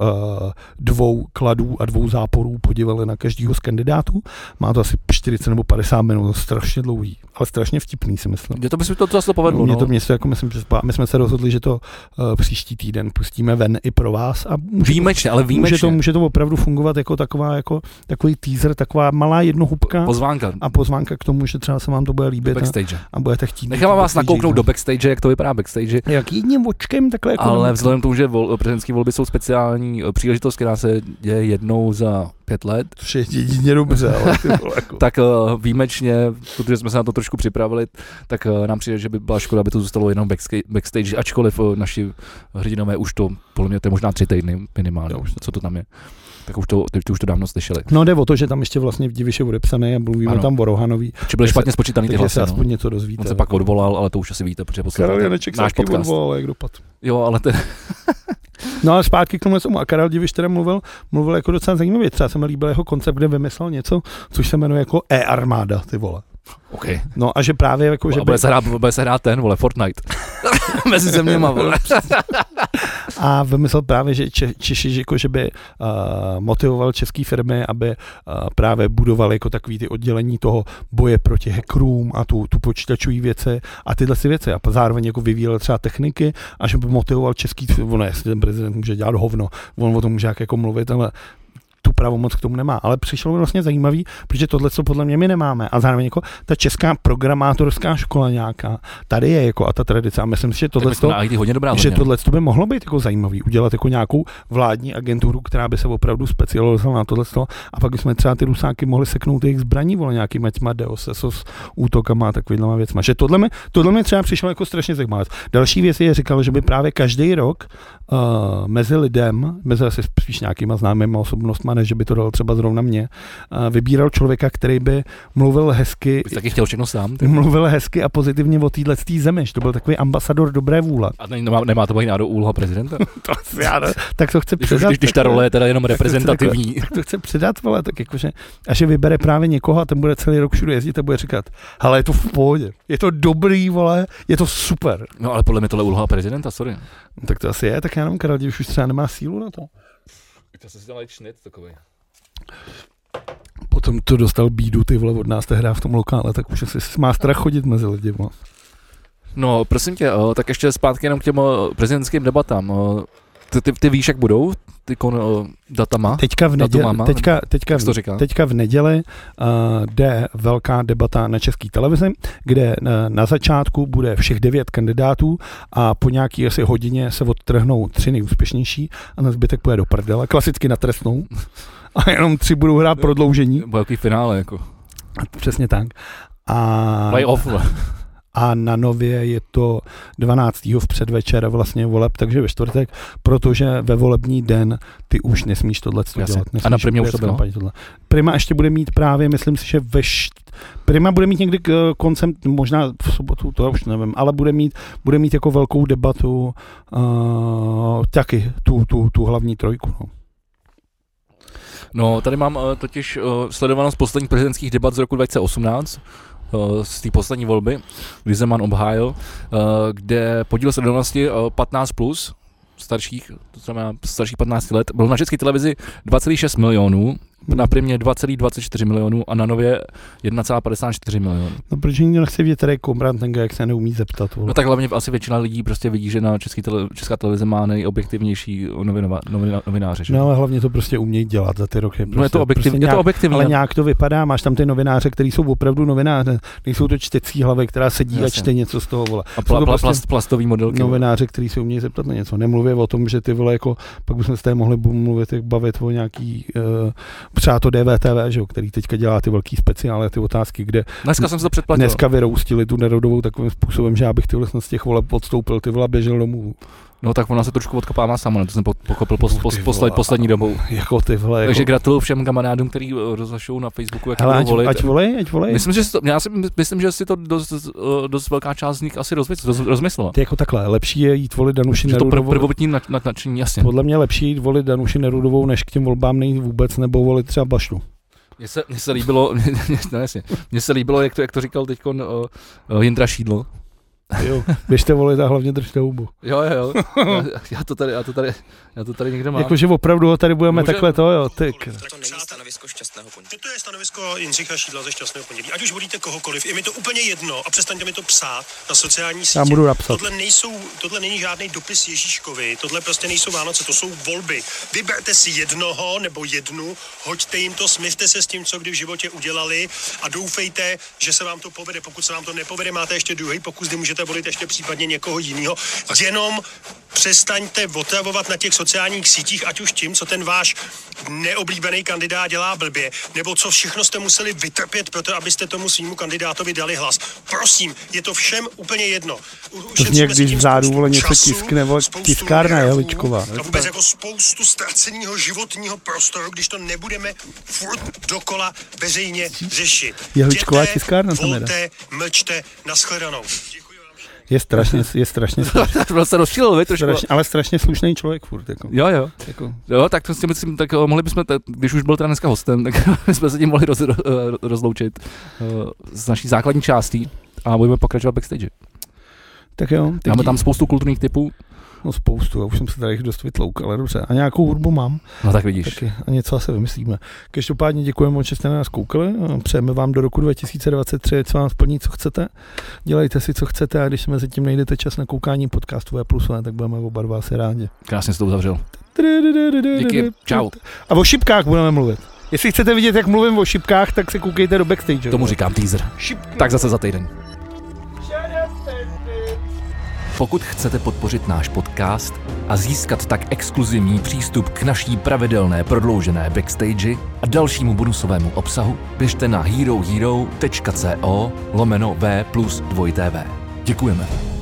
dvou kladů a dvou záporů podívali na každýho z kandidátů. Má to asi 40 nebo 50 minut, strašně dlouhý, ale strašně vtipný si myslím.
Je to by se to, to asi povedlo.
Mně
No.
to město, jako myslím, že spá- my jsme se rozhodli, že to uh, příští týden pustíme ven i pro vás a může,
Výjimečně, ale
to, může, to,
výjimečně.
může to opravdu fungovat jako taková, jako takový teaser, taková malá jednohubka
Pozvánka.
a pozvánka k tomu, že třeba se vám to bude líbit a,
Backstage.
a budete chtít.
Nechám vás
backstage
nakouknout
jít.
do backstage, jak to vypadá backstage.
no. Jak jedním očkem takhle jako
Ale vzhledem k tomu, že vol, prezidentské volby jsou speciální eh, příležitost, která se děje jednou za pět let,
Což je jedině dobře, ale ty vole, jako.
tak eh, výjimečně, protože jsme se na to trošku připravili, tak eh, nám přijde, že by byla škoda, aby to zůstalo jenom backska- backstage, ačkoliv eh, naši hrdinové už to, podle mě to je možná tři týdny minimálně,
Jo,
už co to tam je, tak už to, ty, ty už to dávno slyšeli.
No jde o to, že tam ještě vlastně v diviše odepsané a mluvíme
Ano.
tam o Rohanový,
Či byly
Takže-
špatně spočítaný ty
takže
hlasy,
se
no.
aspoň něco dozvíte.
On se pak odvolal, ale to už asi víte, protože
Karel
posloucháte
Janeček se
náš
taky
podcast.
odvolal, ale jak dopad.
Jo, ale ten,
No ale zpátky k tomu tomu. A Karel Diviš teda mluvil, mluvil jako docela zajímavě. Třeba se mi líbil jeho koncept, kde vymyslel něco, což se jmenuje jako e-armáda, ty vole.
OK.
No a že právě jako, že
A bude, se hrát, bude se hrát ten, vole, Fortnite. Mezi zeměma, vole.
a vymyslel právě, že Če- Češi, že jako, že by uh, motivoval české firmy, aby uh, právě budovali jako takový ty oddělení toho boje proti hackerům a tu, tu počítačové věci a tyhle si věci. A p- zároveň jako vyvíjel třeba techniky a že by motivoval český, ono jestli ten prezident může dělat hovno, on o tom může jak jako mluvit, ale tu pravomoc k tomu nemá. Ale přišlo mi vlastně zajímavý, protože tohle, co podle mě my nemáme. A zároveň jako ta česká programátorská škola nějaká, tady je jako a ta tradice. A myslím si, že tohle
Tohle to na IT hodně dobrá
že
země.
tohle to by mohlo být jako zajímavý, udělat jako nějakou vládní agenturu, která by se opravdu specializovala na tohle a pak bychom třeba ty rusáky mohli seknout jejich zbraní, vole nějakýma těma deos, esos, útokama a takovýhlema věcma. Že tohle mi, tohle mi třeba přišlo jako strašně zajímavé. Další věc je, říkal, že by právě každý rok uh, mezi lidem, mezi asi spíš nějakýma známýma osobnostma, než že by to dal třeba zrovna mě, uh, vybíral člověka, který by mluvil hezky,
Bych taky chtěl všechno sám. Ty.
mluvil hezky a pozitivně o téhle zemi, že to byl takový ambasador dobré vůle.
A ne, nemá, nemá to být náhodou úloha prezidenta?
To asi já ne. Tak to chce
Když, už,
předat.
když, když ta
tak-
role je teda jenom
to chce
reprezentativní.
Tak to chce předat, vole, tak jakože, a že vybere právě někoho a ten bude celý rok všude jezdit a bude říkat, hele, je to v pohodě, je to dobrý, vole, je to super.
No ale podle mě tohle je úloha prezidenta, sorry.
No, tak to asi je, tak já nevím, Karel, když už třeba nemá sílu na to.
To se si dal čnit takový.
Potom to dostal bídu, ty vole, od nás tehdy v tom lokále, tak už asi má strach chodit mezi lidi, vole.
No, prosím tě, o, tak ještě zpátky jenom k těm o, prezidentským debatám. o. Ty, ty, ty víš, jak budou ty kon, o, datama?
Teďka v
Na to
neděli,
máma,
teďka, teďka,
Jak
v,
jsi to říkal?
teďka v neděli uh, jde velká debata na české televizi, kde uh, na začátku bude všech devět kandidátů a po nějaký asi hodině se odtrhnou tři nejúspěšnější a na zbytek půjde do prdele, klasicky na trestnou. A jenom tři budou hrát prodloužení.
Bude jaký finále, jako.
Přesně tak. A,
Playoff, vole.
a na nově je to 12. v předvečer vlastně voleb, takže ve čtvrtek, protože ve volební den ty už nesmíš tohle
Jasně.
dělat.
A
Nesmíš
na Primě už
vůbec
to bylo?
kampaň Tohle. Prima ještě bude mít právě, myslím si, že ve št... Prima bude mít někdy k eh, koncem, možná v sobotu, to já už nevím, ale bude mít, bude mít jako velkou debatu uh, taky tu, tu, tu hlavní trojku. No.
No, tady mám eh, totiž eh, sledovanost posledních prezidentských debat z roku 2018, eh, z té poslední volby, kdy Zeman obhájil, eh, kde podíl sledovanosti eh, 15 plus starších, to znamená starších 15 let, byl na české televizi 2,6 milionů, na primě 2,24 milionů a na nově 1,54 milionů.
No proč nikdo nechce vědět, který je kombrant, ten jak se neumí zeptat, vole.
No tak hlavně asi většina lidí prostě vidí, že na český tele, česká televize má nejobjektivnější novinova, novina, novináře. Že?
No ale hlavně to prostě umějí dělat za ty roky. Prostě,
no je to objektivní,
prostě
je
nějak,
to objektivní.
Ale nějak to vypadá, máš tam ty novináře, kteří jsou opravdu novináře, nejsou to čtecí hlavy, která sedí Jasně. a
Jasně.
čte něco z toho, vole.
a pla,
to
pla,
prostě
plast, plastový modelky.
Novináře, kteří se umějí zeptat na něco. Nemluvě o tom, že ty vole, jako, pak bychom se tady mohli bu- mluvit, jak bavit o nějaký uh, třeba to DVTV, že jo, který teďka dělá ty velký speciály, a ty otázky, kde
Dneska jsem se to předplatil.
dneska vyroustili tu nerodovou takovým způsobem, že já bych ty vole z těch voleb odstoupil, ty vole a běžel domů.
No tak ona se trošku odkopává sama, no, to jsem po- pochopil pos, pos,
Ty vole.
posled, poslední dobou.
Jako ty vole. Jako,
Takže gratuluju všem kamarádům, kteří eh, rozhlašují na Facebooku, jak
Hele,
budou
ať,
volit.
ať volej, ať volej.
Myslím, že si to, já si my- myslím, že si to dost, eh, dost velká část z nich asi rozmysl, roz, rozmyslela.
Ty jako takhle, lepší je jít volit Danuši
Že to pr-
Nerudovou.
prvotní na- na- nadšení, jasně.
Podle mě lepší jít volit Danuši Nerudovou, než k těm volbám nejít vůbec, nebo volit třeba Baštu.
Mně se, mně se líbilo, no, jasně, mně se líbilo, jak to, jak to říkal teď uh, uh, Jindra Šídlo.
Jo. Běžte volit a hlavně držte hubu.
Jo, jo, jo. Já, já, to tady, já to tady, já to tady někde mám.
Jakože opravdu ho tady budeme
Může-
takhle to, jo, ty. k-
To není stanovisko šťastného pondělí.
Toto je stanovisko Jindřicha Šídla ze Šťastného pondělí. Ať už volíte kohokoliv, je mi to úplně jedno a přestaňte mi to psát na sociální sítě.
Já budu napsat.
Tohle, nejsou, tohle není žádný dopis Ježíškovi, tohle prostě nejsou Vánoce, to jsou volby. Vyberte si jednoho nebo jednu, hoďte jim to, smyřte se s tím, co kdy v životě udělali a doufejte, že se vám to povede. Pokud se vám to nepovede, máte ještě druhý pokus, kdy můžete volit ještě případně někoho jiného. Jenom přestaňte otravovat na těch sociálních sítích, ať už tím, co ten váš neoblíbený kandidát dělá blbě, nebo co všechno jste museli vytrpět, proto abyste tomu svýmu kandidátovi dali hlas. Prosím, je to všem úplně jedno. U-
To zní, jak
ušetříme si
když
tím
v řádu,
spoustu
vole, něco
času,
tiskne, vole,
spoustu
tiskárna
nervů
Jehličková.
A vůbec jako spoustu ztraceného životního prostoru, když to nebudeme furt dokola veřejně řešit.
Jehličková
Jděte,
tiskárna tam jede.
volte, mlčte, nashledanou. Děkuji vám.
Je strašně, je strašně, strašně,
To se rozšílil, vy trošku.
strašně ale strašně slušný člověk furt, jako.
Jo, jo.
jako.
Jo, tak to s tím, myslím, tak eh, mohli bychom, tak, když už byl teda dneska hostem, tak jsme se tím mohli roz, ro- eh, rozloučit eh, s naší základní částí a budeme pokračovat backstage.
Tak jo, tak
Máme
tam
tam spoustu kulturních typů,
no spoustu, já už jsem se tady jich dost vytloukal, ale dobře. A nějakou hudbu mám.
no tak vidíš.
Taky a něco asi vymyslíme. Každopádně děkujeme moc, že jste na nás koukali. a Přejeme vám do roku 2023, co vám splní, co chcete. Dělejte si, co chcete a když mezi tím nejdete čas na koukání podcastu V plus, tak budeme oba dva asi rádi.
Krásně jsi to uzavřel. Díky, čau.
A o šipkách budeme mluvit. Jestli chcete vidět, jak mluvím o šipkách, tak se koukejte do backstage.
Tomu říkám teaser. Tak zase za týden. Pokud chcete podpořit náš podcast a získat tak exkluzivní přístup k naší pravidelné prodloužené backstage a dalšímu bonusovému obsahu, běžte na herohero.co lomeno V plus 2TV. Děkujeme.